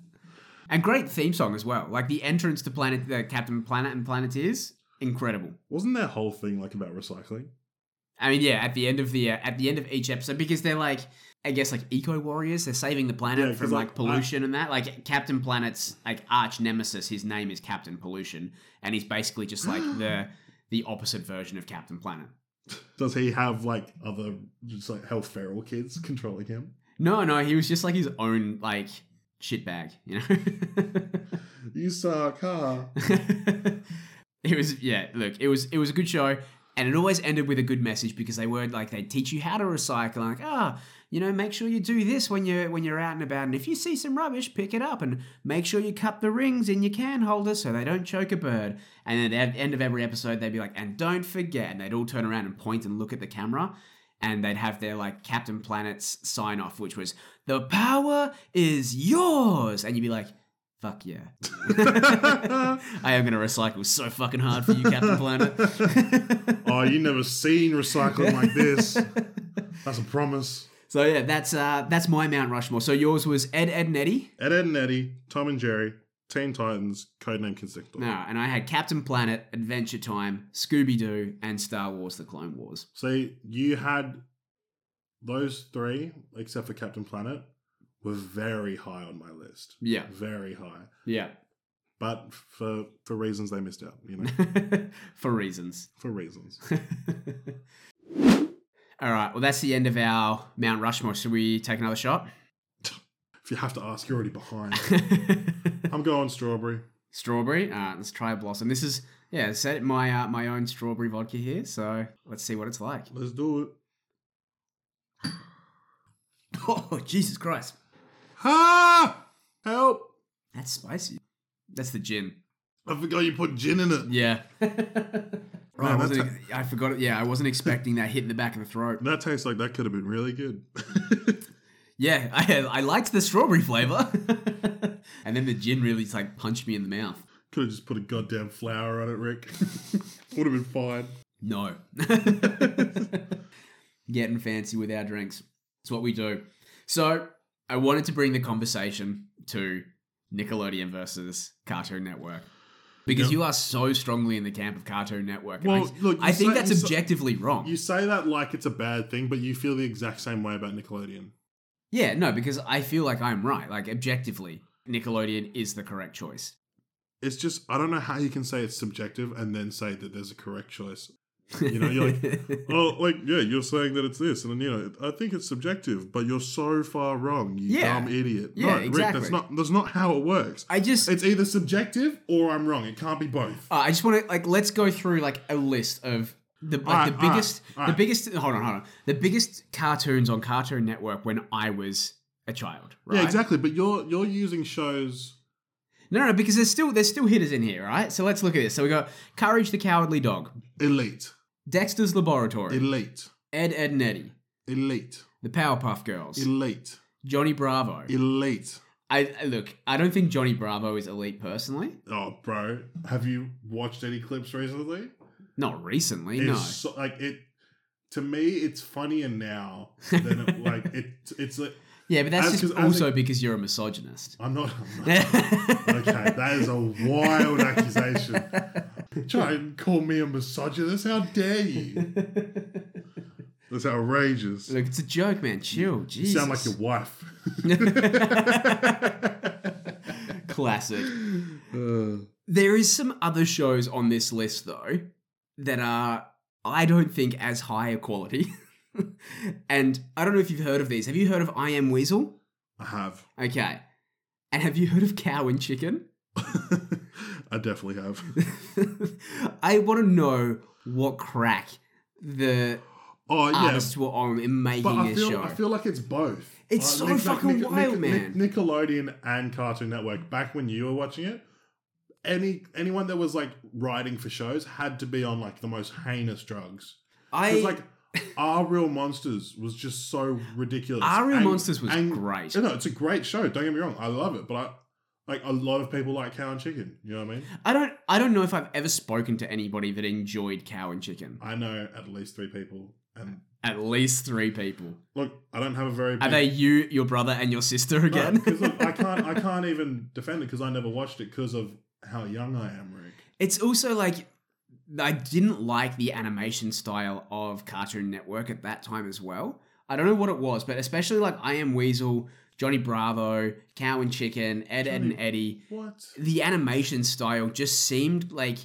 [SPEAKER 1] and great theme song as well. Like the entrance to Planet, the Captain Planet and Planeteers, incredible.
[SPEAKER 2] wasn't that whole thing like about recycling?
[SPEAKER 1] I mean, yeah, at the end of the uh, at the end of each episode, because they're like, I guess like eco warriors. They're saving the planet
[SPEAKER 2] Yeah, 'cause,
[SPEAKER 1] from like,
[SPEAKER 2] like,
[SPEAKER 1] pollution and that. Like Captain Planet's like arch nemesis, his name is Captain Pollution, and he's basically just like the the opposite version of Captain Planet.
[SPEAKER 2] Does he have like other just like health feral kids controlling him?
[SPEAKER 1] No, no, he was just like his own like shitbag, you know.
[SPEAKER 2] You suck, huh?
[SPEAKER 1] it was yeah. Look, it was it was a good show, and it always ended with a good message because they were like they teach you how to recycle. Like ah, you know, make sure you do this when you're when you're out and about, and if you see some rubbish, pick it up, and make sure you cut the rings in your can holder so they don't choke a bird. And at the end of every episode, they'd be like, and don't forget, and they'd all turn around and point and look at the camera. And they'd have their like Captain Planet's sign off, which was the power is yours, and you'd be like, "Fuck yeah!" I am gonna recycle so fucking hard for you, Captain Planet.
[SPEAKER 2] Oh, you never seen recycling like this. That's a promise.
[SPEAKER 1] so yeah, that's uh, that's my Mount Rushmore. So yours was Ed, Ed, and Eddie.
[SPEAKER 2] Ed, Ed, and Eddie, Tom and Jerry, Teen Titans, Codename Kid Sector.
[SPEAKER 1] No, and I had Captain Planet, Adventure Time, Scooby Doo, and Star Wars: The Clone Wars.
[SPEAKER 2] So you had those three, except for Captain Planet, were very high on my list.
[SPEAKER 1] Yeah,
[SPEAKER 2] Very high.
[SPEAKER 1] yeah,
[SPEAKER 2] But for for reasons they missed out, you know,
[SPEAKER 1] for reasons.
[SPEAKER 2] for reasons.
[SPEAKER 1] All right, well that's the end of our Mount Rushmore. Should we take another shot?
[SPEAKER 2] If you have to ask, you're already behind. I'm going strawberry.
[SPEAKER 1] strawberry. All right, let's try a blossom. This is yeah, I set my uh, my own strawberry vodka here. So let's see what it's like.
[SPEAKER 2] Let's do it.
[SPEAKER 1] Oh Jesus Christ,
[SPEAKER 2] Ha! Help!
[SPEAKER 1] that's spicy. That's the gin.
[SPEAKER 2] I forgot you put gin in it.
[SPEAKER 1] Yeah. I,
[SPEAKER 2] Man,
[SPEAKER 1] wasn't, I forgot it. Yeah, I wasn't expecting that hit in the back of the throat.
[SPEAKER 2] That tastes like that could have been really good.
[SPEAKER 1] Yeah, I, I liked the strawberry flavor. and then the gin really just like punched me in the mouth.
[SPEAKER 2] could have just put a goddamn flower on it, Rick. Would have been fine.
[SPEAKER 1] No. Getting fancy with our drinks. It's what we do. So I wanted to bring the conversation to Nickelodeon versus Cartoon Network. Because
[SPEAKER 2] Yeah.
[SPEAKER 1] you are so strongly in the camp of Cartoon Network. and I-
[SPEAKER 2] Well, look,
[SPEAKER 1] I,
[SPEAKER 2] you
[SPEAKER 1] think
[SPEAKER 2] say- you
[SPEAKER 1] that's
[SPEAKER 2] say-
[SPEAKER 1] objectively wrong.
[SPEAKER 2] You say that like it's a bad thing, but you feel the exact same way about Nickelodeon.
[SPEAKER 1] Yeah, no, because I feel like I'm right. Like objectively, Nickelodeon is the correct choice.
[SPEAKER 2] It's just I don't know how you can say it's subjective and then say that there's a correct choice. You know, you're oh, like yeah, you're saying that it's this, and then, you know, I think it's subjective, but you're so far wrong, you
[SPEAKER 1] Yeah.
[SPEAKER 2] dumb idiot.
[SPEAKER 1] Yeah,
[SPEAKER 2] no, Rick,
[SPEAKER 1] exactly.
[SPEAKER 2] that's not that's not how it works.
[SPEAKER 1] I just
[SPEAKER 2] It's either subjective or I'm wrong. It can't be both.
[SPEAKER 1] Uh, I just want to like let's go through like a list of the like
[SPEAKER 2] Alright,
[SPEAKER 1] the biggest
[SPEAKER 2] alright, alright.
[SPEAKER 1] the biggest hold on hold on the biggest cartoons on Cartoon Network when I was a child. Right?
[SPEAKER 2] Yeah, exactly. But you're you're using shows
[SPEAKER 1] No, no, because there's still there's still hitters in here, right? So let's look at this. So we got Courage the Cowardly Dog,
[SPEAKER 2] Elite.
[SPEAKER 1] Dexter's Laboratory,
[SPEAKER 2] Elite.
[SPEAKER 1] Ed, Ed and Eddie,
[SPEAKER 2] Elite.
[SPEAKER 1] The Powerpuff Girls,
[SPEAKER 2] Elite.
[SPEAKER 1] Johnny Bravo.
[SPEAKER 2] Elite.
[SPEAKER 1] I I- look, I don't think Johnny Bravo is elite personally.
[SPEAKER 2] Oh, bro. Have you watched any clips recently?
[SPEAKER 1] Not recently,
[SPEAKER 2] It's
[SPEAKER 1] no.
[SPEAKER 2] so, like it to me it's funnier now than it, like it it's like
[SPEAKER 1] Yeah, but that's
[SPEAKER 2] as-
[SPEAKER 1] just
[SPEAKER 2] 'cause as
[SPEAKER 1] also because you're a misogynist.
[SPEAKER 2] I'm not, I'm not
[SPEAKER 1] okay,
[SPEAKER 2] Okay, that is a wild accusation. Try and call me a misogynist. How dare you? That's outrageous.
[SPEAKER 1] Look, it's a joke, man. Chill,
[SPEAKER 2] You
[SPEAKER 1] Jesus.
[SPEAKER 2] sound like your wife.
[SPEAKER 1] Classic.
[SPEAKER 2] Uh,
[SPEAKER 1] There is some other shows on this list though that are I don't think as high a quality. and I don't know if you've heard of these. Have you heard of I Am Weasel?
[SPEAKER 2] I have.
[SPEAKER 1] Okay. And have you heard of Cow and Chicken?
[SPEAKER 2] I definitely have.
[SPEAKER 1] I want to know what crack the
[SPEAKER 2] Oh yeah,
[SPEAKER 1] artists were on in
[SPEAKER 2] but
[SPEAKER 1] making
[SPEAKER 2] I
[SPEAKER 1] this
[SPEAKER 2] feel
[SPEAKER 1] show.
[SPEAKER 2] I feel like it's both.
[SPEAKER 1] It's so fucking wild, man.
[SPEAKER 2] Nickelodeon and Cartoon Network. Back when you were watching it, any anyone that was like writing for shows had to be on like the most heinous drugs.
[SPEAKER 1] I
[SPEAKER 2] Because like Our Real Monsters was just so ridiculous.
[SPEAKER 1] Our Real
[SPEAKER 2] And-
[SPEAKER 1] Monsters was
[SPEAKER 2] and-
[SPEAKER 1] great.
[SPEAKER 2] No, it's a great show. Don't get me wrong, I love it, but I like a lot of people like Cow and Chicken. You know what I mean?
[SPEAKER 1] I don't I don't know if I've ever spoken to anybody that enjoyed Cow and Chicken.
[SPEAKER 2] I know at least three people, and
[SPEAKER 1] At least three people.
[SPEAKER 2] look, I don't have a very.
[SPEAKER 1] Are they you, your brother, and your sister again?
[SPEAKER 2] Because look, I can't, I can't even defend it because I never watched it because of how young I am, Rick.
[SPEAKER 1] it's also like I didn't like the animation style of Cartoon Network at that time as well. I don't know what it was, but especially like I Am Weasel, Johnny Bravo, Cow and Chicken, Ed, Ed and
[SPEAKER 2] Johnny-
[SPEAKER 1] Eddie.
[SPEAKER 2] What?
[SPEAKER 1] The animation style just seemed like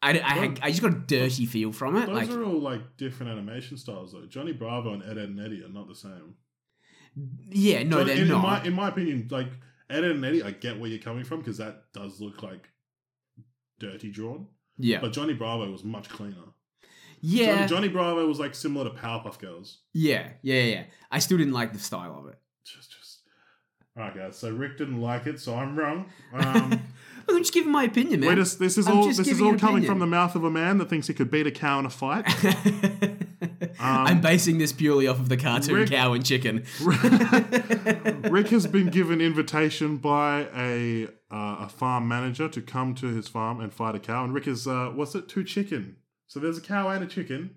[SPEAKER 1] I, I, had- I just got a dirty feel from it.
[SPEAKER 2] Those
[SPEAKER 1] like
[SPEAKER 2] are all like different animation styles, though. Johnny Bravo and Ed, Ed and Eddie are not the same.
[SPEAKER 1] yeah, no,
[SPEAKER 2] So
[SPEAKER 1] they're
[SPEAKER 2] in, in
[SPEAKER 1] not.
[SPEAKER 2] my in my opinion, like Ed, Ed and Eddie, I get where you're coming from because that does look like dirty drawn.
[SPEAKER 1] yeah,
[SPEAKER 2] But Johnny Bravo was much cleaner.
[SPEAKER 1] yeah.
[SPEAKER 2] Johnny, Johnny Bravo was like similar to Powerpuff Girls.
[SPEAKER 1] Yeah, yeah, yeah. I still didn't like the style of it.
[SPEAKER 2] Just, just. All right, guys. So Rick didn't like it, so I'm wrong. Um,
[SPEAKER 1] Look, I'm just giving my opinion, man.
[SPEAKER 2] wait, this, this is
[SPEAKER 1] I'm
[SPEAKER 2] all
[SPEAKER 1] just
[SPEAKER 2] this is
[SPEAKER 1] giving
[SPEAKER 2] all
[SPEAKER 1] an
[SPEAKER 2] coming
[SPEAKER 1] opinion.
[SPEAKER 2] from the mouth of a man that thinks he could beat a cow in a fight. Um,
[SPEAKER 1] I'm basing this purely off of the cartoon
[SPEAKER 2] Rick-
[SPEAKER 1] cow and chicken.
[SPEAKER 2] Rick has been given invitation by a uh, a farm manager to come to his farm and fight a cow. And Rick is uh, what's it? Two chicken. So there's a cow and a chicken,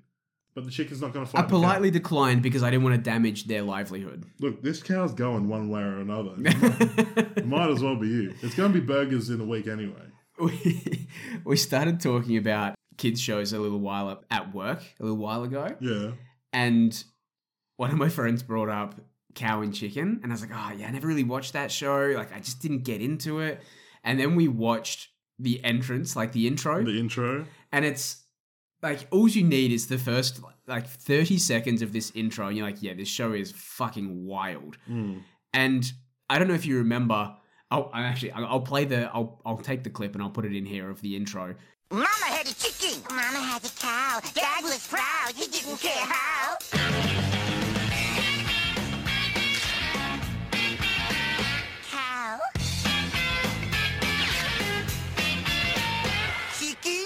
[SPEAKER 2] but the chicken's not going to
[SPEAKER 1] I
[SPEAKER 2] fight. the cow.
[SPEAKER 1] politely declined because I didn't want to damage their livelihood.
[SPEAKER 2] Look, this cow's going one way or another. It Might as well be you. It's going to be burgers in the week anyway.
[SPEAKER 1] we, we started talking about kids shows a little while up at work a little while ago,
[SPEAKER 2] Yeah.
[SPEAKER 1] and one of my friends brought up Cow and Chicken, and I was like, oh yeah, I never really watched that show. Like I just didn't get into it. And then we watched the entrance, like the intro,
[SPEAKER 2] The intro.
[SPEAKER 1] and it's like all you need is the first like 30 seconds of this intro and you're like yeah this show is fucking wild
[SPEAKER 2] Mm.
[SPEAKER 1] and i don't know if you remember oh i'm actually I'll- i'll play the i'll i'll take the clip and i'll put it in here of the intro
[SPEAKER 3] Mama had a chicken. Mama had a cow. Dad was proud. He didn't care how. Cow. Chicken.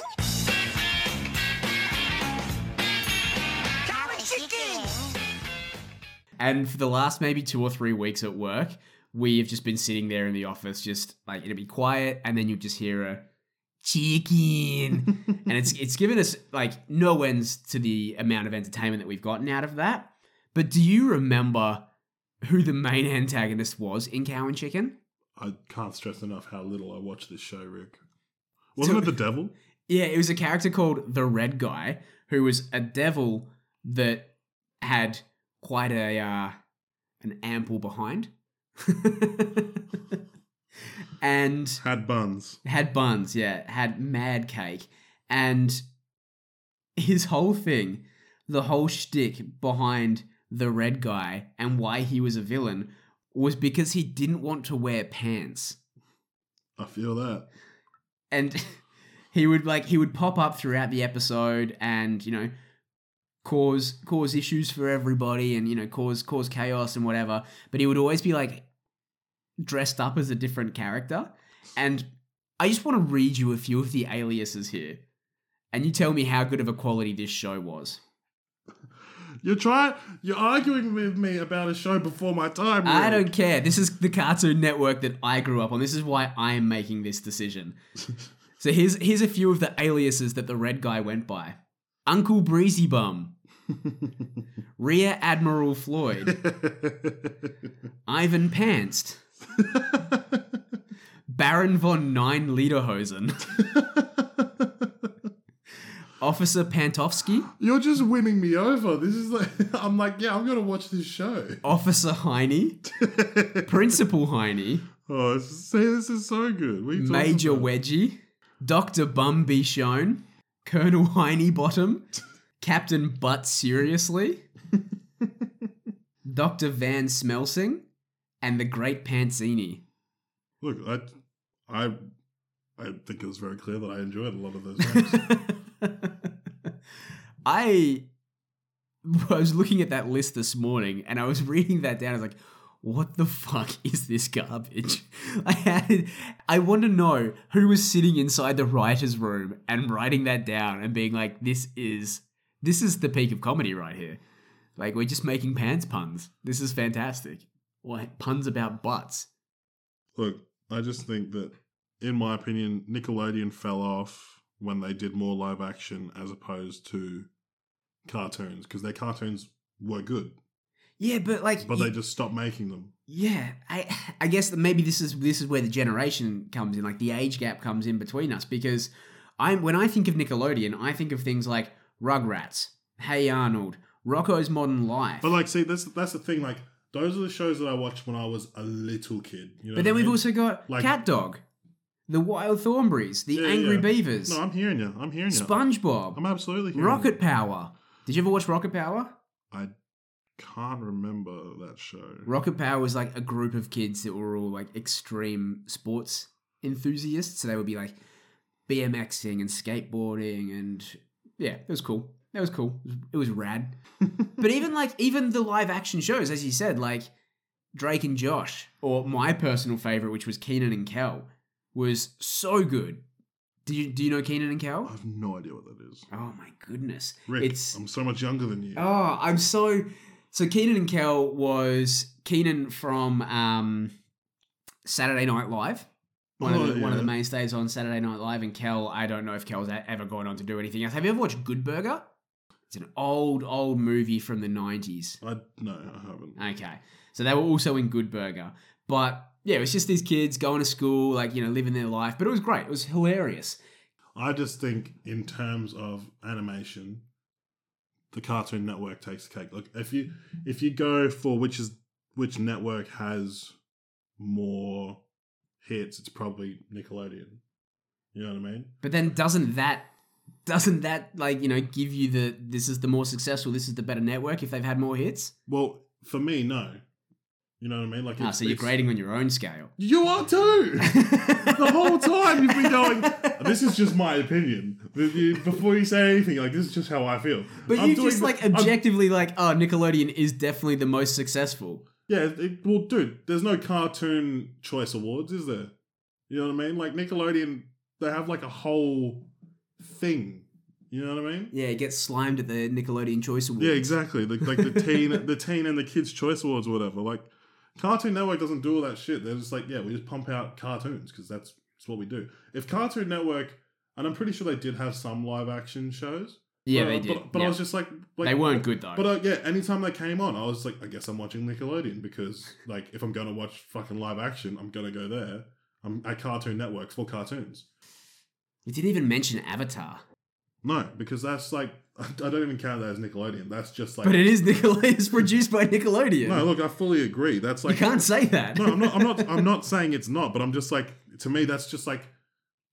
[SPEAKER 3] Cow and chicken.
[SPEAKER 1] and for the last maybe two or three weeks at work we've just been sitting there in the office just like it'll be quiet and then you just hear a chicken and it's it's given us like no ends to the amount of entertainment that we've gotten out of that but do you remember who the main antagonist was in cow and chicken
[SPEAKER 2] I can't stress enough how little I watch this show, Rick. Wasn't it the devil?
[SPEAKER 1] yeah it was a character called the red guy who was a devil that had quite a uh, an ample behind and
[SPEAKER 2] Had buns.
[SPEAKER 1] had buns, yeah, had mad cake, and his whole thing, the whole shtick behind the red guy and why he was a villain was because he didn't want to wear pants,
[SPEAKER 2] I feel that.
[SPEAKER 1] and he would like he would pop up throughout the episode and you know cause cause issues for everybody and you know cause cause chaos and whatever, but he would always be like dressed up as a different character. And I just want to read you a few of the aliases here. And you tell me how good of a quality this show was.
[SPEAKER 2] You're trying. You're arguing with me about a show before my time.
[SPEAKER 1] I
[SPEAKER 2] Rick.
[SPEAKER 1] don't care. This is the Cartoon Network that I grew up on. This is why I am making this decision. so here's here's a few of the aliases that the red guy went by. Uncle Breezy Bum, Rear Admiral Floyd, Ivan Panst, Baron von Nine Lederhosen, Officer Pantovsky,
[SPEAKER 2] You're just winning me over. This is like I'm like, yeah, I'm gonna watch this show.
[SPEAKER 1] Officer Heine, Principal Heine,
[SPEAKER 2] Oh, this is, see, this is so good. What are you talking
[SPEAKER 1] Major
[SPEAKER 2] about?
[SPEAKER 1] Wedgie, Dr. Bum Be Shown, Colonel Hiney Captain Butt Seriously, Dr. Van Smelsing, and the Great Panzini.
[SPEAKER 2] Look, I, I, I think it was very clear that I enjoyed a lot of those. Names.
[SPEAKER 1] I was looking at that list this morning and I was reading that down. I was like, what the fuck is this garbage? I had, I want to know who was sitting inside the writer's room and writing that down and being like, this is, this is the peak of comedy right here. Like, we're just making pants puns. This is fantastic. Or puns about butts.
[SPEAKER 2] Look, I just think that, in my opinion, Nickelodeon fell off when they did more live action as opposed to cartoons because their cartoons were good,
[SPEAKER 1] Yeah, but like,
[SPEAKER 2] but
[SPEAKER 1] you-
[SPEAKER 2] they just stopped making them.
[SPEAKER 1] Yeah, I I guess that maybe this is this is where the generation comes in, like the age gap comes in between us. Because I when I think of Nickelodeon, I think of things like Rugrats, Hey Arnold, Rocco's Modern Life.
[SPEAKER 2] But like, see, that's that's the thing. Like, those are the shows that I watched when I was a little kid.
[SPEAKER 1] but
[SPEAKER 2] You know what I
[SPEAKER 1] then we've
[SPEAKER 2] mean?
[SPEAKER 1] also got
[SPEAKER 2] Like-
[SPEAKER 1] Cat Dog, The Wild Thornberries, The
[SPEAKER 2] Yeah,
[SPEAKER 1] Angry
[SPEAKER 2] yeah.
[SPEAKER 1] Beavers,
[SPEAKER 2] no, I'm hearing you. I'm hearing you.
[SPEAKER 1] SpongeBob,
[SPEAKER 2] I'm absolutely hearing you.
[SPEAKER 1] Rocket Power. Did you ever watch Rocket Power?
[SPEAKER 2] I can't remember that show.
[SPEAKER 1] Rocket Power was like a group of kids that were all like extreme sports enthusiasts. So they would be like BMXing and skateboarding and yeah, it was cool. That was cool. It was rad. but even like even the live action shows, as you said, like Drake and Josh, or my personal favorite, which was Keenan and Kel, was so good. Do you do you know Keenan and
[SPEAKER 2] I
[SPEAKER 1] Kel?
[SPEAKER 2] have no idea what that is.
[SPEAKER 1] Oh my goodness.
[SPEAKER 2] Oh. Rick,
[SPEAKER 1] it's
[SPEAKER 2] I'm so much younger than you.
[SPEAKER 1] Oh, I'm so so Keenan and Kel was Keenan from um Saturday Night Live. One of,
[SPEAKER 2] Oh,
[SPEAKER 1] the, one of
[SPEAKER 2] yeah.
[SPEAKER 1] the mainstays on Saturday Night Live, and Kel, I don't know if Kel's a- ever gone on to do anything else. Have you ever watched Good Burger? It's an old, old movie from the 90s.
[SPEAKER 2] I no, I haven't.
[SPEAKER 1] Okay. So they were also in Good Burger. But yeah, it was just these kids going to school, like, you know, living their life. But it was great. It was hilarious.
[SPEAKER 2] I just think in terms of animation, the Cartoon Network takes the cake. Look, if you if you go for which is which network has more hits, it's probably Nickelodeon. You know what I mean?
[SPEAKER 1] But then doesn't that doesn't that like you know give you the this is the more successful this is the better network if they've had more hits?
[SPEAKER 2] Well, for me, no. You know what I mean? Like,
[SPEAKER 1] Ah,
[SPEAKER 2] it's-
[SPEAKER 1] so you're
[SPEAKER 2] it's-
[SPEAKER 1] grading on your own scale.
[SPEAKER 2] You are too. the
[SPEAKER 1] the
[SPEAKER 2] whole time you've been going, this is just my opinion. You- Before you say anything, like, this is just how I feel.
[SPEAKER 1] But
[SPEAKER 2] I'm
[SPEAKER 1] you
[SPEAKER 2] doing
[SPEAKER 1] just like
[SPEAKER 2] the- I'm-
[SPEAKER 1] objectively like oh Nickelodeon is definitely the most successful.
[SPEAKER 2] yeah, it, well, dude, there's no cartoon choice awards, is there? You know what I mean? Like, Nickelodeon, they have like a whole thing. You know what I mean?
[SPEAKER 1] Yeah, it gets slimed at the Nickelodeon Choice Awards.
[SPEAKER 2] Yeah, exactly. Like, like the teen, the teen and the kids' choice awards, or whatever. Like, Cartoon Network doesn't do all that shit. They're just like, yeah, we just pump out cartoons because that's, that's what we do. If Cartoon Network, and I'm pretty sure they did have some live action shows. Uh,
[SPEAKER 1] Yeah,
[SPEAKER 2] but,
[SPEAKER 1] they did.
[SPEAKER 2] But, but I
[SPEAKER 1] Yeah.
[SPEAKER 2] was just like, like
[SPEAKER 1] they weren't good though.
[SPEAKER 2] But uh, yeah, anytime they came on, I was like, I guess I'm watching Nickelodeon because like if I'm gonna watch fucking live action, I'm gonna go there. I'm at Cartoon Network for cartoons.
[SPEAKER 1] you didn't even mention Avatar,
[SPEAKER 2] No, because that's like I don't even count that as Nickelodeon. That's just like
[SPEAKER 1] but it is Nickelodeon. It's produced by Nickelodeon.
[SPEAKER 2] no. Look, I fully agree. That's like
[SPEAKER 1] you can't say that.
[SPEAKER 2] no, I'm not. I'm not. I'm not saying it's not. But I'm just like to me, that's just like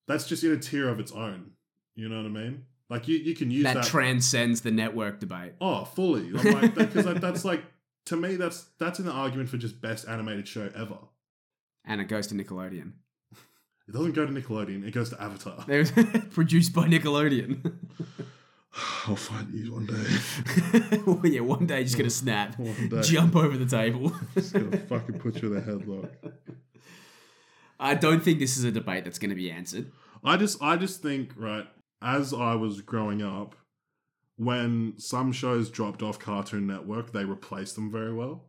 [SPEAKER 2] that's just in a tier of its own. You know what I mean? Like you, you can use
[SPEAKER 1] that
[SPEAKER 2] that
[SPEAKER 1] transcends the network debate.
[SPEAKER 2] Oh, fully. I'm like because like, that's like to me that's that's an argument for just best animated show ever.
[SPEAKER 1] And it goes to Nickelodeon.
[SPEAKER 2] It doesn't go to Nickelodeon. It goes to Avatar.
[SPEAKER 1] It was produced by Nickelodeon.
[SPEAKER 2] I'll fight you one day.
[SPEAKER 1] well, yeah, one day just gonna snap,
[SPEAKER 2] One day.
[SPEAKER 1] jump over the table.
[SPEAKER 2] Just gonna fucking put you in a headlock.
[SPEAKER 1] I don't think this is a debate that's going to be answered.
[SPEAKER 2] I just I just think right as I was growing up, when some shows dropped off Cartoon Network, they replaced them very well.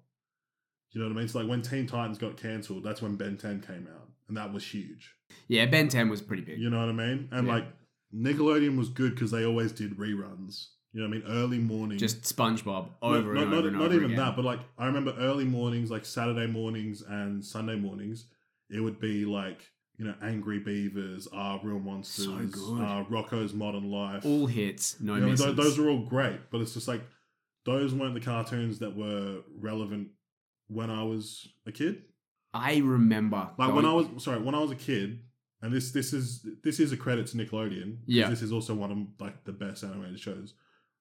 [SPEAKER 2] You know what I mean? It's like when Teen Titans got cancelled, that's when Ben 10 came out, and that was huge.
[SPEAKER 1] Yeah, Ben 10 was pretty big.
[SPEAKER 2] You know what I mean? And
[SPEAKER 1] Yeah.
[SPEAKER 2] like Nickelodeon was good because they always did reruns. You know what I mean? Early morning,
[SPEAKER 1] Just SpongeBob
[SPEAKER 2] No,
[SPEAKER 1] over
[SPEAKER 2] not,
[SPEAKER 1] and
[SPEAKER 2] not-
[SPEAKER 1] over and
[SPEAKER 2] not
[SPEAKER 1] over
[SPEAKER 2] even
[SPEAKER 1] again.
[SPEAKER 2] that, but like I remember early mornings, like Saturday mornings and Sunday mornings, it would be like you know Angry Beavers, Ah Real Monsters,
[SPEAKER 1] good.
[SPEAKER 2] Ah, Rocco's Modern Life.
[SPEAKER 1] All hits, no
[SPEAKER 2] You know,
[SPEAKER 1] misses.
[SPEAKER 2] tho- those are all great, but it's just like those weren't the cartoons that were relevant when I was a kid.
[SPEAKER 1] I remember.
[SPEAKER 2] Like when
[SPEAKER 1] going-
[SPEAKER 2] I was sorry, when I was a kid, and this this is this is a credit to Nickelodeon. 'cause
[SPEAKER 1] Yeah.
[SPEAKER 2] this is also one of like the best animated shows.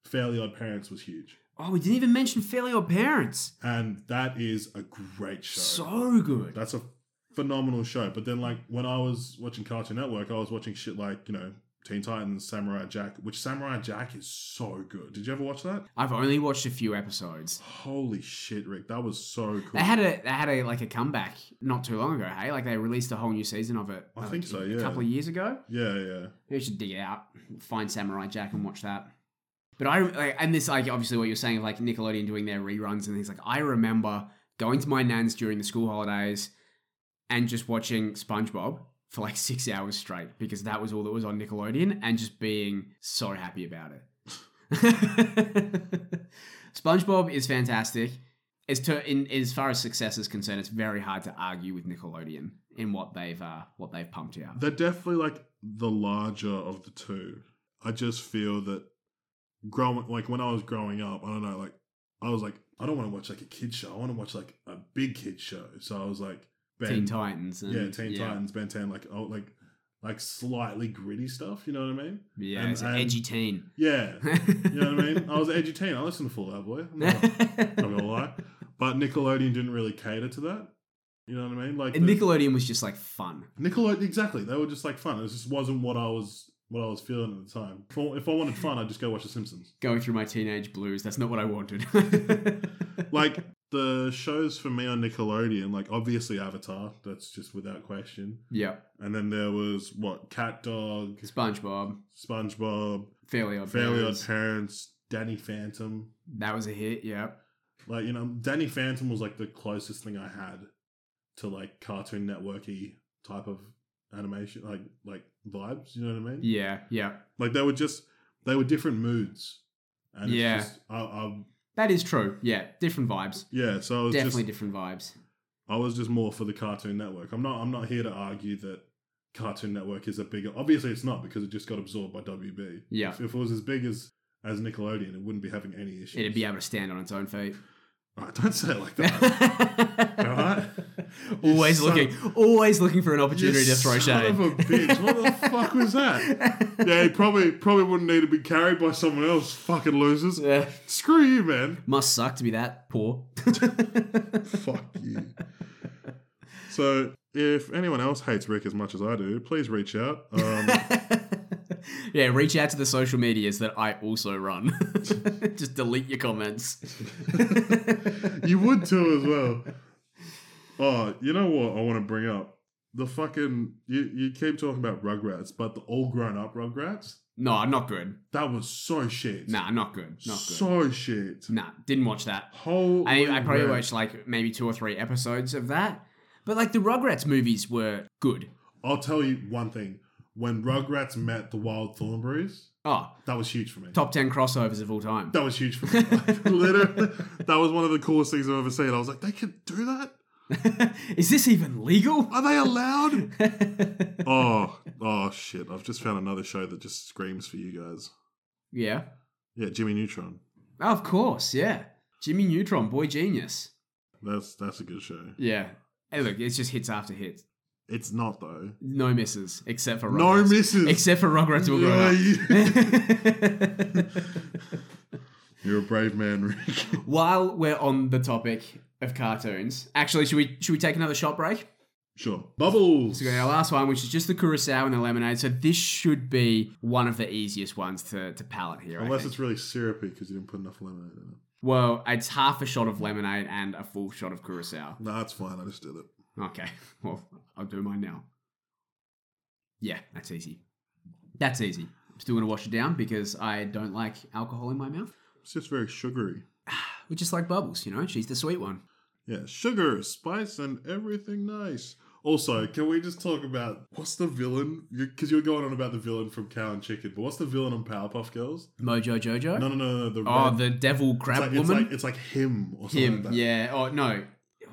[SPEAKER 2] Fairly Odd Parents was huge,
[SPEAKER 1] Oh, we didn't even mention Fairly Odd Parents.
[SPEAKER 2] and that is a great show.
[SPEAKER 1] So good.
[SPEAKER 2] That's a phenomenal show. But then, like, when I was watching Cartoon Network, I was watching shit like, you know, Teen Titans, Samurai Jack, which Samurai Jack is so good. Did you ever watch that?
[SPEAKER 1] I've only watched a few episodes.
[SPEAKER 2] Holy shit, Rick. That was so cool.
[SPEAKER 1] They had a they had a like a comeback not too long ago. Hey, like they released a whole new season of it.
[SPEAKER 2] I
[SPEAKER 1] like,
[SPEAKER 2] think so,
[SPEAKER 1] a
[SPEAKER 2] yeah.
[SPEAKER 1] couple of years ago.
[SPEAKER 2] yeah, yeah.
[SPEAKER 1] We should dig it out, find Samurai Jack, and watch that. But I like, and this like obviously what you're saying of like Nickelodeon doing their reruns and things like I remember going to my nan's during the school holidays and just watching SpongeBob for like six hours straight because that was all that was on Nickelodeon and just being so happy about it. SpongeBob is fantastic. As to in as far as success is concerned, it's very hard to argue with Nickelodeon in what they've uh, what they've pumped out.
[SPEAKER 2] They're definitely like the larger of the two. I just feel that growing, like, when I was growing up, I don't know, like, I was like, I don't want to watch like a kid show. I want to watch like a big kid show. So I was like,
[SPEAKER 1] Teen
[SPEAKER 2] Ben
[SPEAKER 1] Titans. And,
[SPEAKER 2] yeah, Teen Titans, Ben 10, like oh, like like slightly gritty stuff. You know what I mean?
[SPEAKER 1] Yeah,
[SPEAKER 2] And-
[SPEAKER 1] it's an
[SPEAKER 2] and-
[SPEAKER 1] edgy teen.
[SPEAKER 2] Yeah,
[SPEAKER 1] you
[SPEAKER 2] you know what I mean. I was an edgy teen. I listened to Fall Out Boy. I'm not, not gonna lie, but Nickelodeon didn't really cater to that. You know what I mean? Like
[SPEAKER 1] And
[SPEAKER 2] the-
[SPEAKER 1] Nickelodeon was just like fun.
[SPEAKER 2] Nickelodeon, exactly. They were just like fun. It just wasn't what I was what I was feeling at the time. If I, if I wanted fun, I'd just go watch The Simpsons.
[SPEAKER 1] Going through my teenage blues, that's not what I wanted.
[SPEAKER 2] Like the shows for me on Nickelodeon, like obviously Avatar. That's just without question.
[SPEAKER 1] yeah,
[SPEAKER 2] And then there was what Cat Dog,
[SPEAKER 1] SpongeBob,
[SPEAKER 2] SpongeBob.
[SPEAKER 1] Fairly Odd
[SPEAKER 2] Fairly Odd
[SPEAKER 1] Parents.
[SPEAKER 2] Parents, Danny Phantom.
[SPEAKER 1] That was a hit. Yeah,
[SPEAKER 2] Like, you know, Danny Phantom was like the closest thing I had to like Cartoon Networky type of animation, like like vibes, you know what I mean?
[SPEAKER 1] yeah, yeah.
[SPEAKER 2] Like they were just they were different moods. And it's
[SPEAKER 1] Yeah.
[SPEAKER 2] just I, I
[SPEAKER 1] That is true. Yeah, different vibes.
[SPEAKER 2] yeah, so I was
[SPEAKER 1] Definitely
[SPEAKER 2] just
[SPEAKER 1] different vibes.
[SPEAKER 2] I was just more for the Cartoon Network. I'm not I'm not here to argue that Cartoon Network is a bigger obviously it's not because it just got absorbed by WB.
[SPEAKER 1] Yeah.
[SPEAKER 2] If, if it was as big as as Nickelodeon, it wouldn't be having any issues.
[SPEAKER 1] It'd be able to stand on its own feet.
[SPEAKER 2] Alright, don't say it like that.
[SPEAKER 1] Alright.
[SPEAKER 2] Alright.
[SPEAKER 1] Always
[SPEAKER 2] You son
[SPEAKER 1] looking, always looking for an opportunity to throw
[SPEAKER 2] son
[SPEAKER 1] shade.
[SPEAKER 2] of a bitch. What the fuck was that? Yeah, he probably probably wouldn't need to be carried by someone else. Fucking losers.
[SPEAKER 1] Yeah.
[SPEAKER 2] Screw you, man.
[SPEAKER 1] Must suck to be that poor.
[SPEAKER 2] Fuck you. So, if anyone else hates Rick as much as I do, please reach out. Um,
[SPEAKER 1] yeah, reach out to the social medias that I also run. Just delete your comments.
[SPEAKER 2] you would too, as well. Oh, you know what I want to bring up? The fucking you, you keep talking about Rugrats, but the all grown up Rugrats
[SPEAKER 1] no, not good.
[SPEAKER 2] that was so shit.
[SPEAKER 1] Nah, not good. Not good.
[SPEAKER 2] so shit.
[SPEAKER 1] nah, didn't watch that.
[SPEAKER 2] Holy
[SPEAKER 1] I, I probably
[SPEAKER 2] rat.
[SPEAKER 1] watched like maybe two or three episodes of that. But like the Rugrats movies were good.
[SPEAKER 2] I'll tell you one thing. When Rugrats met the Wild Thornberries,
[SPEAKER 1] Oh,
[SPEAKER 2] that was huge for me.
[SPEAKER 1] top 10 crossovers of all time.
[SPEAKER 2] That was huge for me. Literally, that was one of the coolest things I've ever seen. I was like, they can do that?
[SPEAKER 1] Is this even legal?
[SPEAKER 2] Are they allowed? oh, oh shit! I've just found another show that just screams for you guys.
[SPEAKER 1] yeah.
[SPEAKER 2] Yeah, Jimmy Neutron.
[SPEAKER 1] Of course, yeah. Jimmy Neutron, boy genius.
[SPEAKER 2] That's that's a good show.
[SPEAKER 1] Yeah. Hey, look, it's just hits after hits.
[SPEAKER 2] It's not though.
[SPEAKER 1] No misses, except for
[SPEAKER 2] No
[SPEAKER 1] Rugrats.
[SPEAKER 2] misses.
[SPEAKER 1] Except for Rugrats will grow up.
[SPEAKER 2] You're a brave man, Rick.
[SPEAKER 1] While we're on the topic of cartoons, actually, should we should we take another shot break?
[SPEAKER 2] sure. Bubbles.
[SPEAKER 1] So we got our last one, which is just the curacao and the lemonade. So this should be one of the easiest ones to to palate here. I
[SPEAKER 2] Unless
[SPEAKER 1] think.
[SPEAKER 2] it's really syrupy because you didn't put enough lemonade in it.
[SPEAKER 1] well, it's half a shot of lemonade and a full shot of curacao.
[SPEAKER 2] No, that's fine. I just did it.
[SPEAKER 1] Okay, well, I'll do mine now. Yeah, that's easy. That's easy. I'm still going to wash it down because I don't like alcohol in my mouth,
[SPEAKER 2] It's just very sugary.
[SPEAKER 1] which is like bubbles, you know? She's the sweet one.
[SPEAKER 2] Yeah, sugar, spice, and everything nice. Also, can we just talk about what's the villain? Because you, are going on about the villain from Cow and Chicken, but what's the villain on Powerpuff Girls?
[SPEAKER 1] Mojo Jojo?
[SPEAKER 2] No, no, no, no. The
[SPEAKER 1] oh,
[SPEAKER 2] red-
[SPEAKER 1] the devil
[SPEAKER 2] it's
[SPEAKER 1] crab
[SPEAKER 2] like,
[SPEAKER 1] woman?
[SPEAKER 2] It's like, it's like him or something.
[SPEAKER 1] him,
[SPEAKER 2] like that.
[SPEAKER 1] yeah. Oh, no.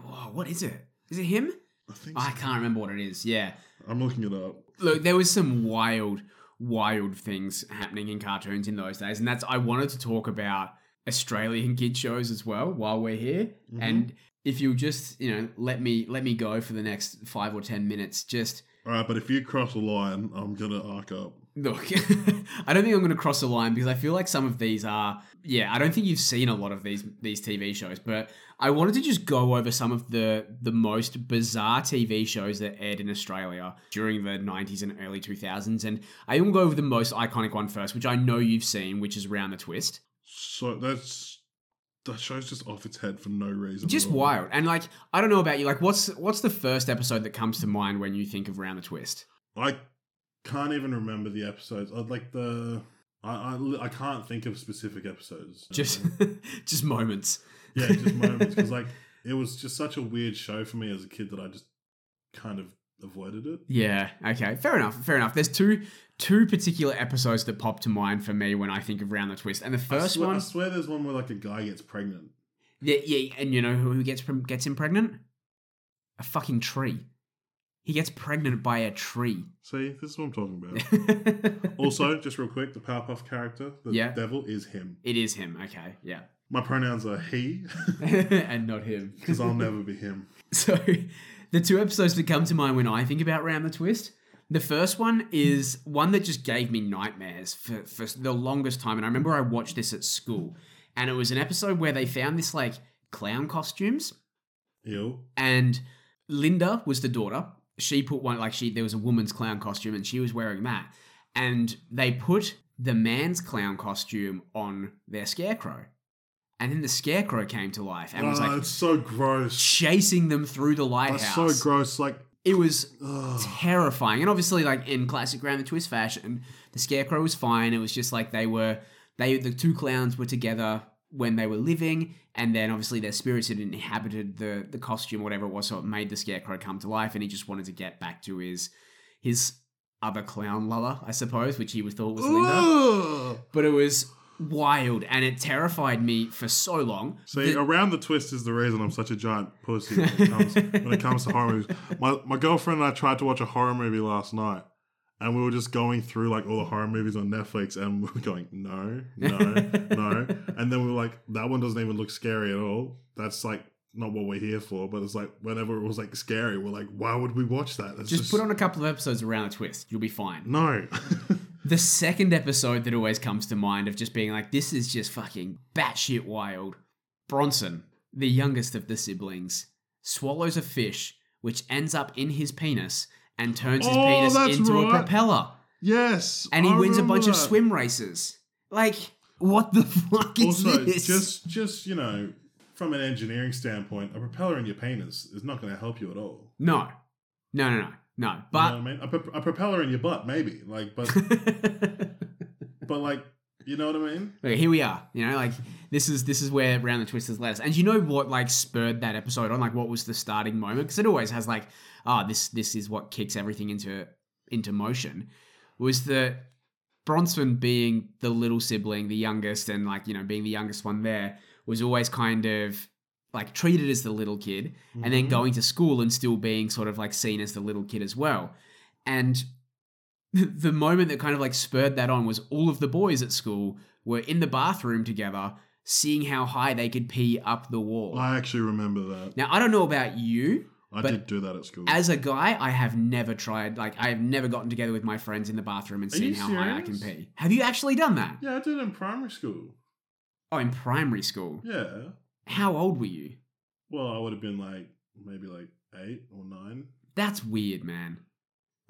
[SPEAKER 1] Oh, what is it? Is it him?
[SPEAKER 2] I think
[SPEAKER 1] I
[SPEAKER 2] so.
[SPEAKER 1] can't remember what it is. Yeah.
[SPEAKER 2] I'm looking it up.
[SPEAKER 1] Look, there was some wild, wild things happening in cartoons in those days, and that's I wanted to talk about Australian kid shows as well while we're here.
[SPEAKER 2] Mhm.
[SPEAKER 1] And if you just you know let me let me go for the next five or ten minutes, just
[SPEAKER 2] All right, but if you cross the line, I'm gonna arc up.
[SPEAKER 1] look. I don't think I'm going to cross the line because I feel like some of these are yeah. I don't think you've seen a lot of these these TV shows, but I wanted to just go over some of the the most bizarre TV shows that aired in Australia during the 90s and early 2000s, and I will go over the most iconic one first, which I know you've seen, which is Round the Twist.
[SPEAKER 2] So that's that show's just off its head for no reason. at
[SPEAKER 1] Just
[SPEAKER 2] all.
[SPEAKER 1] wild, and like I don't know about you, like what's what's the first episode that comes to mind when you think of Round the Twist?
[SPEAKER 2] I can't even remember the episodes. I'd like the. I, I, I can't think of specific episodes.
[SPEAKER 1] Just just moments.
[SPEAKER 2] yeah, just moments because like it was just such a weird show for me as a kid that I just kind of avoided it.
[SPEAKER 1] Yeah. Okay. Fair enough. Fair enough. There's two two particular episodes that pop to mind for me when I think of Round the Twist, and the
[SPEAKER 2] I
[SPEAKER 1] first
[SPEAKER 2] swear, I
[SPEAKER 1] one,
[SPEAKER 2] swear, there's one where like a guy gets pregnant.
[SPEAKER 1] yeah, yeah, and you know who who gets prim- gets him pregnant? A fucking tree. He gets pregnant by a tree.
[SPEAKER 2] See, this is what I'm talking about. also, just real quick, the Powerpuff character, the
[SPEAKER 1] Yeah.
[SPEAKER 2] devil, is him.
[SPEAKER 1] it is him. Okay. Yeah.
[SPEAKER 2] My pronouns are he
[SPEAKER 1] and not him.
[SPEAKER 2] because I'll never be him.
[SPEAKER 1] So, the two episodes that come to mind when I think about Round the Twist. The first one is one that just gave me nightmares for, for the longest time. And I remember I watched this at school. And it was an episode where they found this like clown costumes.
[SPEAKER 2] Ew.
[SPEAKER 1] And Linda was the daughter. She put one, like, she, there was a woman's clown costume and she was wearing that. And they put the man's clown costume on their scarecrow. And then the scarecrow came to life and was
[SPEAKER 2] Ah,
[SPEAKER 1] like
[SPEAKER 2] it's so gross.
[SPEAKER 1] chasing them through the
[SPEAKER 2] That's
[SPEAKER 1] lighthouse.
[SPEAKER 2] so gross. Like,
[SPEAKER 1] It was
[SPEAKER 2] ugh.
[SPEAKER 1] terrifying. And obviously, like in classic Round the Twist fashion, the Scarecrow was fine. It was just like they were they the two clowns were together when they were living, and then obviously their spirits had inhabited the the costume, whatever it was, so it made the Scarecrow come to life, and he just wanted to get back to his his other clown lover, I suppose, which he was thought was Linda.
[SPEAKER 2] Ugh.
[SPEAKER 1] But it was wild and it terrified me for so long.
[SPEAKER 2] See, around the twist is the reason I'm such a giant pussy when it comes, when it comes to horror movies. My, my girlfriend and I tried to watch a horror movie last night, and we were just going through like all the horror movies on Netflix, and we were going, no, no, no. And then we were like, that one doesn't even look scary at all. That's like not what we're here for. But it's like, whenever it was like scary, we're like, why would we watch that? That's
[SPEAKER 1] Just put on a couple of episodes of Round the Twist. You'll be fine.
[SPEAKER 2] No.
[SPEAKER 1] The second episode that always comes to mind of just being like, this is just fucking batshit wild. Bronson, the youngest of the siblings, swallows a fish which ends up in his penis and turns his
[SPEAKER 2] Oh,
[SPEAKER 1] penis
[SPEAKER 2] that's
[SPEAKER 1] into a
[SPEAKER 2] right.
[SPEAKER 1] propeller.
[SPEAKER 2] yes.
[SPEAKER 1] And he
[SPEAKER 2] I
[SPEAKER 1] wins a
[SPEAKER 2] remember
[SPEAKER 1] bunch of
[SPEAKER 2] that.
[SPEAKER 1] swim races. Like, what the fuck is
[SPEAKER 2] also,
[SPEAKER 1] this?
[SPEAKER 2] just just you know, from an engineering standpoint, a propeller in your penis is not going to help you at all.
[SPEAKER 1] No. No, no, no. No.
[SPEAKER 2] You know
[SPEAKER 1] But
[SPEAKER 2] what I mean, a, pro- a propeller in your butt, maybe. Like, but but like, you know what I mean?
[SPEAKER 1] Okay, here we are. You know, like this is this is where Round the Twist has led us. And you know what like spurred that episode on? Like what was the starting moment? Because it always has like, ah, this this is what kicks everything into into motion. Was that Bronson being the little sibling, the youngest, and like, you know, being the youngest one there, was always kind of like treated as the little kid and then
[SPEAKER 2] Mhm.
[SPEAKER 1] going to school and still being sort of like seen as the little kid as well. And the moment that kind of like spurred that on was all of the boys at school were in the bathroom together, seeing how high they could pee up the wall.
[SPEAKER 2] I actually remember that.
[SPEAKER 1] now, I don't know about you.
[SPEAKER 2] I
[SPEAKER 1] but
[SPEAKER 2] did do that at school.
[SPEAKER 1] As a guy, I have never tried, like, I have never gotten together with my friends in the bathroom and
[SPEAKER 2] Are
[SPEAKER 1] seen
[SPEAKER 2] you
[SPEAKER 1] how high I can
[SPEAKER 2] serious?
[SPEAKER 1] pee. Have you actually done that?
[SPEAKER 2] yeah, I did it in primary school.
[SPEAKER 1] Oh, in primary school.
[SPEAKER 2] Yeah.
[SPEAKER 1] How old were you?
[SPEAKER 2] Well, I would have been like maybe like eight or nine.
[SPEAKER 1] That's weird, man.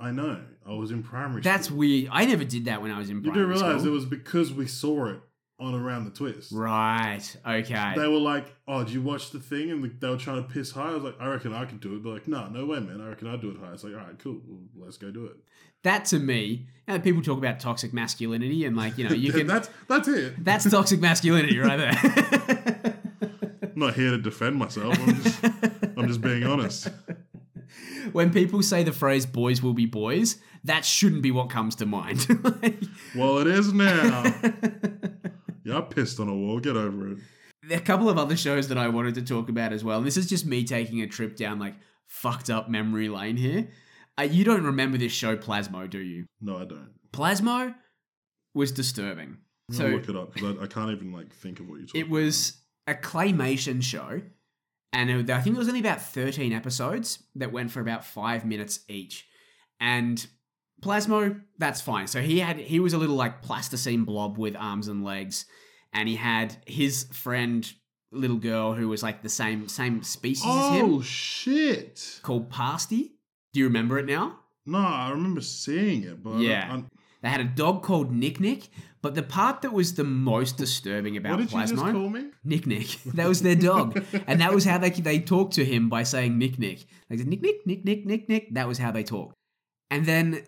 [SPEAKER 2] I know. I was in primary.
[SPEAKER 1] That's
[SPEAKER 2] school.
[SPEAKER 1] weird. I never did that when I was in
[SPEAKER 2] You
[SPEAKER 1] primary
[SPEAKER 2] do realize
[SPEAKER 1] school.
[SPEAKER 2] it was because we saw it on Around the Twist.
[SPEAKER 1] Right. Okay.
[SPEAKER 2] They were like, "Oh, did you watch the thing?" And they were trying to piss high. I was like, "I reckon I could do it." They're like, "No, no way, man. I reckon I'd do it high." It's like, "All right, cool. Well, let's go do it."
[SPEAKER 1] that to me, you know, people talk about toxic masculinity and like, you know, you
[SPEAKER 2] And
[SPEAKER 1] can
[SPEAKER 2] that's that's it.
[SPEAKER 1] that's toxic masculinity right there.
[SPEAKER 2] I'm not here to defend myself. I'm just I'm just being honest.
[SPEAKER 1] when people say the phrase boys will be boys, that shouldn't be what comes to mind. Like,
[SPEAKER 2] Well, it is now. yeah, I pissed on a wall. Get over it.
[SPEAKER 1] there are a couple of other shows that I wanted to talk about as well. And this is just me taking a trip down like fucked up memory lane here. Uh, you don't remember this show Plasmo, do you?
[SPEAKER 2] No, I don't.
[SPEAKER 1] Plasmo was disturbing.
[SPEAKER 2] I'm
[SPEAKER 1] So
[SPEAKER 2] gonna look it up because I, I can't even like think of what you're talking.
[SPEAKER 1] It was a claymation show, and it- I think there was only about thirteen episodes that went for about five minutes each. And Plasmo, that's fine. So he had he was a little like plasticine blob with arms and legs, and he had his friend little girl who was like the same same species
[SPEAKER 2] About.
[SPEAKER 1] as him
[SPEAKER 2] Oh shit!
[SPEAKER 1] called Pasty. Do you remember it now?
[SPEAKER 2] No, I remember seeing it, but I don't-
[SPEAKER 1] Yeah.
[SPEAKER 2] I'm-
[SPEAKER 1] They had a dog called Nick Nick, but the part that was the most disturbing
[SPEAKER 2] what
[SPEAKER 1] about
[SPEAKER 2] did
[SPEAKER 1] Plasmo
[SPEAKER 2] you just call me?
[SPEAKER 1] Nick Nick. That was their dog. and that was how they they talked to him by saying Nick Nick. They said Nick Nick Nick Nick Nick Nick. That was how they talked. And then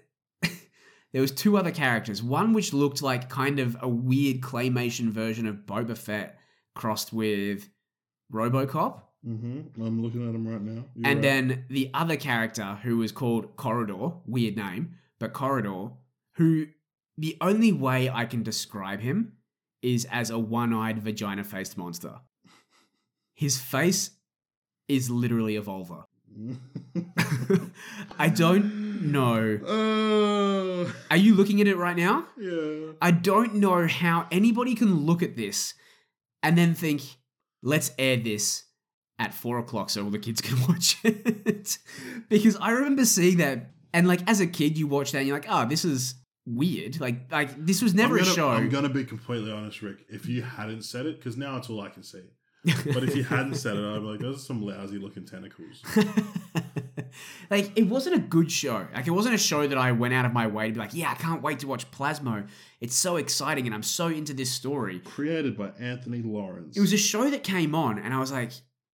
[SPEAKER 1] there was two other characters. One which looked like kind of a weird claymation version of Boba Fett crossed with RoboCop.
[SPEAKER 2] Mm-hmm. I'm looking at him right now. You're
[SPEAKER 1] and
[SPEAKER 2] right.
[SPEAKER 1] then the other character who was called Corridor, weird name, but Corridor, who the only way I can describe him is as a one-eyed vagina-faced monster. His face is literally a vulva.
[SPEAKER 2] Mm-hmm.
[SPEAKER 1] I don't know.
[SPEAKER 2] Oh,
[SPEAKER 1] Are you looking at it right now?
[SPEAKER 2] yeah.
[SPEAKER 1] I don't know how anybody can look at this and then think, let's air this at four o'clock so all the kids can watch it. because I remember seeing that and like as a kid you watch that and you're like, oh, this is weird. Like like this was never
[SPEAKER 2] I'm gonna,
[SPEAKER 1] a show.
[SPEAKER 2] I'm gonna be completely honest, Rick. If you hadn't said it, because now it's all I can see. But if you hadn't said it, I'd be like, "Those are some lousy looking tentacles."
[SPEAKER 1] like it wasn't a good show. Like it wasn't a show that I went out of my way to be like, yeah, I can't wait to watch Plasmo. It's so exciting and I'm so into this story.
[SPEAKER 2] Created by Anthony Lawrence.
[SPEAKER 1] it was a show that came on and I was like,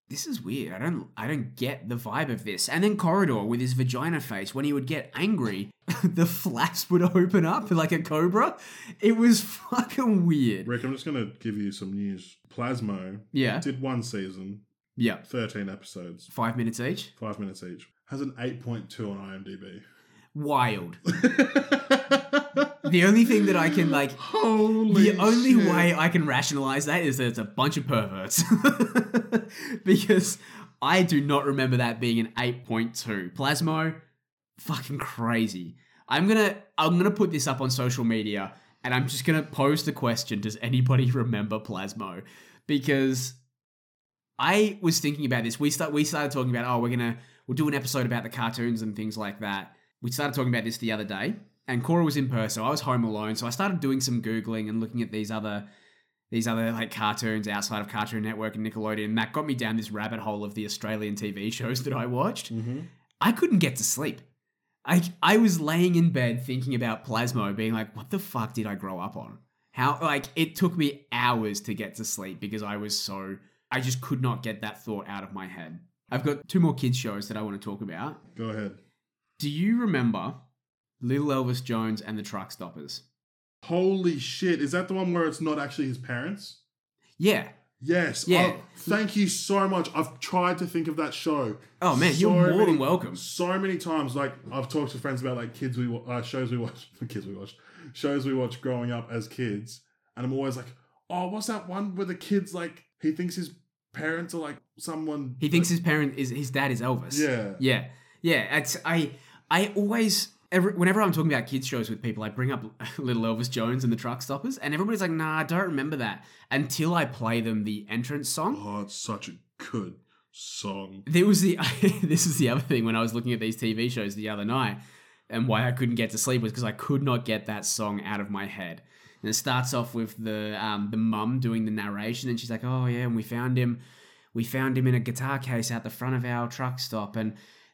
[SPEAKER 1] this is weird. I don't I don't get the vibe of this. And then Corridor with his vagina face, when he would get angry, the flaps would open up like a cobra. It was fucking weird.
[SPEAKER 2] Rick, I'm just gonna give you some news. Plasmo
[SPEAKER 1] Yeah.
[SPEAKER 2] did one season,
[SPEAKER 1] Yeah.
[SPEAKER 2] 13 episodes,
[SPEAKER 1] Five minutes each.
[SPEAKER 2] five minutes each. Has an 8.2 on
[SPEAKER 1] Wild.
[SPEAKER 2] IMDb.
[SPEAKER 1] The only thing that I can like
[SPEAKER 2] Holy.
[SPEAKER 1] the only
[SPEAKER 2] shit.
[SPEAKER 1] way I can rationalize that is that it's a bunch of perverts. because I do not remember that being an 8.2. Plasmo, fucking crazy. I'm gonna I'm gonna put this up on social media and I'm just gonna pose the question, does anybody remember Plasmo? Because I was thinking about this. We start we started talking about, oh, we're gonna we'll do an episode about the cartoons and things like that. We started talking about this the other day, and Cora was in Perth, so I was home alone. So I started doing some googling and looking at these other these other like cartoons outside of Cartoon Network and Nickelodeon. And that got me down this rabbit hole of the Australian TV shows that I watched.
[SPEAKER 2] Mhm.
[SPEAKER 1] I couldn't get to sleep. I I was laying in bed thinking about Plasmo, being like, what the fuck did I grow up on? How like it took me hours to get to sleep because I was so I just could not get that thought out of my head. I've got two more kids shows that I want to talk about.
[SPEAKER 2] Go ahead.
[SPEAKER 1] Do you remember Little Elvis Jones and the Truck Stoppers?
[SPEAKER 2] Holy shit. Is that the one where it's not actually his parents?
[SPEAKER 1] Yeah.
[SPEAKER 2] Yes.
[SPEAKER 1] Yeah.
[SPEAKER 2] Oh, thank you so much. I've tried to think of that show.
[SPEAKER 1] Oh man,
[SPEAKER 2] so
[SPEAKER 1] you're more
[SPEAKER 2] many-
[SPEAKER 1] than welcome.
[SPEAKER 2] So many times, like I've talked to friends about like kids we wa- uh, shows we watch, kids we watched, shows we watched growing up as kids, and I'm always like, oh, what's that one where the kids like he thinks his parents are like someone
[SPEAKER 1] He thinks his parent is his dad is Elvis.
[SPEAKER 2] Yeah.
[SPEAKER 1] Yeah. Yeah. It's, I I always every, whenever I'm talking about kids shows with people, I bring up Little Elvis Jones and the Truck Stoppers, and everybody's like, "Nah, I don't remember that." Until I play them the entrance song.
[SPEAKER 2] Oh, it's such a good song.
[SPEAKER 1] There was the this is the other thing when I was looking at these TV shows the other night, and why I couldn't get to sleep was because I could not get that song out of my head. And it starts off with the um, the mum doing the narration, and she's like, "Oh yeah, and we found him, we found him in a guitar case out the front of our truck stop, and."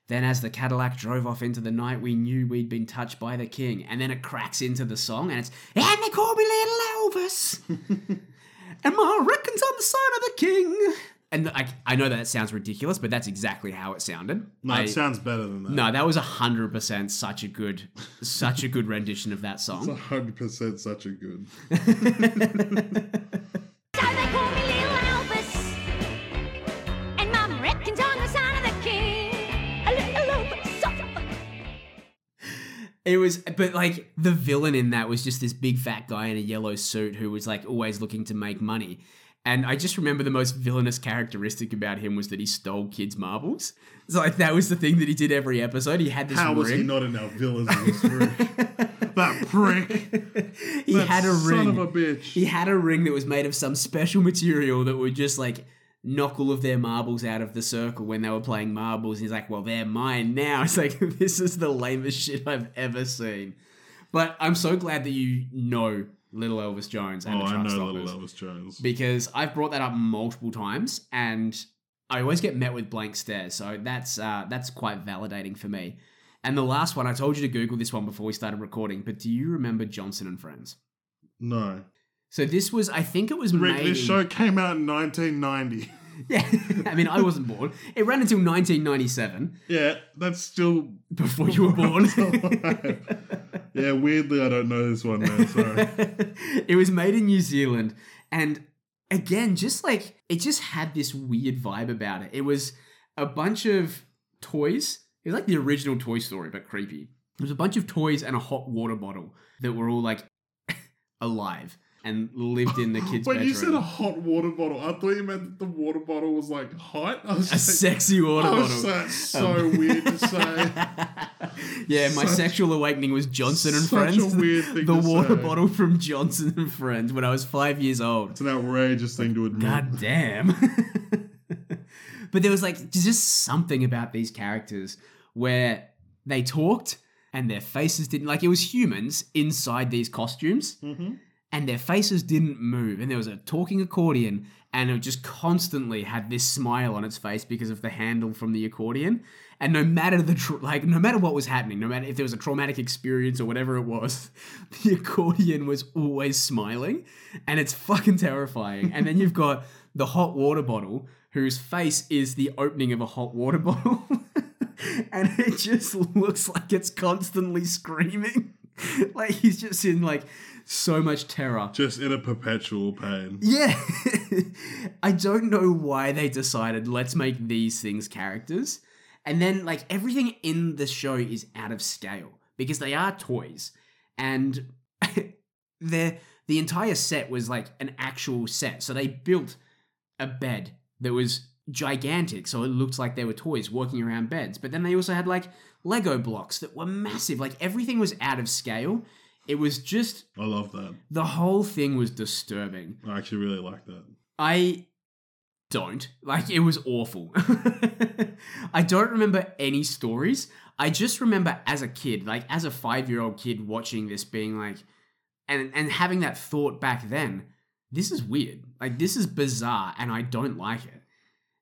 [SPEAKER 1] Then, as the Cadillac drove off into the night, we knew we'd been touched by the king. And then it cracks into the song, and it's and they call me Little Elvis. and my reckon's on the side of the king. And I, I know that sounds ridiculous, but that's exactly how it sounded.
[SPEAKER 2] No,
[SPEAKER 1] I-
[SPEAKER 2] it sounds better than that.
[SPEAKER 1] no, that was hundred percent such a good, such a good rendition of that
[SPEAKER 2] It's
[SPEAKER 1] song.
[SPEAKER 2] 100% such a good.
[SPEAKER 4] So they call me Little Albus. And Mum reckons I'm the son of the king. A little Albus, soft.
[SPEAKER 1] It was, but like the villain in that was just this big fat guy in a yellow suit who was like always looking to make money. And I just remember the most villainous characteristic about him was that he stole kids' marbles. So like that was the thing that he did every episode. He had this
[SPEAKER 2] How
[SPEAKER 1] ring.
[SPEAKER 2] was he not in our villains in this room? that prick.
[SPEAKER 1] He
[SPEAKER 2] That
[SPEAKER 1] had a
[SPEAKER 2] son
[SPEAKER 1] ring.
[SPEAKER 2] of a bitch.
[SPEAKER 1] He had a ring that was made of some special material that would just like knock all of their marbles out of the circle when they were playing marbles. He's like, well, they're mine now. It's like, this is the lamest shit I've ever seen. But I'm so glad that you know Little Elvis Jones and
[SPEAKER 2] Oh,
[SPEAKER 1] the
[SPEAKER 2] I
[SPEAKER 1] Truck
[SPEAKER 2] know
[SPEAKER 1] Stoppers
[SPEAKER 2] Little Elvis Jones.
[SPEAKER 1] because I've brought that up multiple times and I always get met with blank stares. So that's uh, that's quite validating for me. And the last one, I told you to Google this one before we started recording, but do you remember Johnson and Friends?
[SPEAKER 2] no.
[SPEAKER 1] So this was, I think it was
[SPEAKER 2] Rick,
[SPEAKER 1] made.
[SPEAKER 2] this
[SPEAKER 1] in-
[SPEAKER 2] show came out in 1990.
[SPEAKER 1] Yeah, I mean, I wasn't born. It ran until 1997
[SPEAKER 2] yeah, that's still.
[SPEAKER 1] before you were born.
[SPEAKER 2] yeah, weirdly, I don't know this one, man. Sorry.
[SPEAKER 1] it was made in New Zealand, and again, just like it just had this weird vibe about it. It was a bunch of toys. It was like the original Toy Story, but creepy. It was a bunch of toys and a hot water bottle that were all like alive and lived in the kids'
[SPEAKER 2] When
[SPEAKER 1] bedroom.
[SPEAKER 2] you said a hot water bottle, I thought you meant that the water bottle was like hot. I was
[SPEAKER 1] A sexy water
[SPEAKER 2] oh,
[SPEAKER 1] bottle. Um,
[SPEAKER 2] so- That's so weird to say.
[SPEAKER 1] yeah, my
[SPEAKER 2] Such-
[SPEAKER 1] sexual awakening was Johnson and
[SPEAKER 2] such a
[SPEAKER 1] Friends.
[SPEAKER 2] weird thing
[SPEAKER 1] the
[SPEAKER 2] to
[SPEAKER 1] water
[SPEAKER 2] say.
[SPEAKER 1] bottle from Johnson and Friends when I was five years old.
[SPEAKER 2] It's an outrageous thing to admit.
[SPEAKER 1] God damn. but there was like just something about these characters where they talked and their faces didn't like it was humans inside these costumes
[SPEAKER 2] Mm-hmm.
[SPEAKER 1] and their faces didn't move and there was a talking accordion and it just constantly had this smile on its face because of the handle from the accordion and no matter the tr like no matter what was happening no matter if there was a traumatic experience or whatever it was the accordion was always smiling and it's fucking terrifying and then you've got the hot water bottle whose face is the opening of a hot water bottle and it just looks like it's constantly screaming like he's just in like so much terror
[SPEAKER 2] Just in a perpetual pain.
[SPEAKER 1] yeah. I don't know why they decided let's make these things characters. And then like everything in the show is out of scale because they are toys. And the the entire set was like an actual set. So they built a bed that was gigantic so it looked like they were toys walking around beds but then they also had like lego blocks that were massive like everything was out of scale it was just
[SPEAKER 2] I love that.
[SPEAKER 1] the whole thing was disturbing
[SPEAKER 2] I actually really like that.
[SPEAKER 1] I don't. Like, it was awful. I don't remember any stories. I just remember as a kid, like as a five year old kid watching this being like, and, and having that thought back then, this is weird. Like, this is bizarre and I don't like it.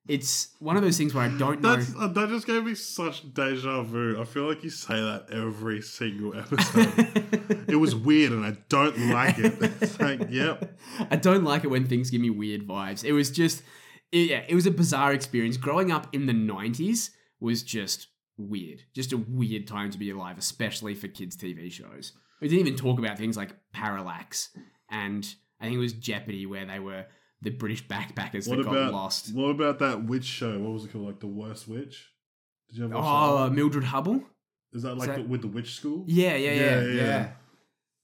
[SPEAKER 1] It's one of those things where I don't know.
[SPEAKER 2] That's, uh, that just gave me such deja vu. I feel like you say that every single episode. it was weird and I don't like it. It's like, yep.
[SPEAKER 1] I don't like it when things give me weird vibes. It was just, it- yeah, it was a bizarre experience. Growing up in the 90s was just weird. Just a weird time to be alive, especially for kids' TV shows. We didn't even talk about things like Parallax and I think it was Jeopardy where they were the British backpackers
[SPEAKER 2] What
[SPEAKER 1] that got
[SPEAKER 2] about
[SPEAKER 1] lost.
[SPEAKER 2] what about that witch show? What was it called? Like the worst witch? Did you ever watch
[SPEAKER 1] Oh, Mildred Hubble?
[SPEAKER 2] that? Is that like
[SPEAKER 1] that-
[SPEAKER 2] the, with the witch school?
[SPEAKER 1] Yeah, yeah, yeah,
[SPEAKER 2] Yeah,
[SPEAKER 1] yeah.
[SPEAKER 2] yeah.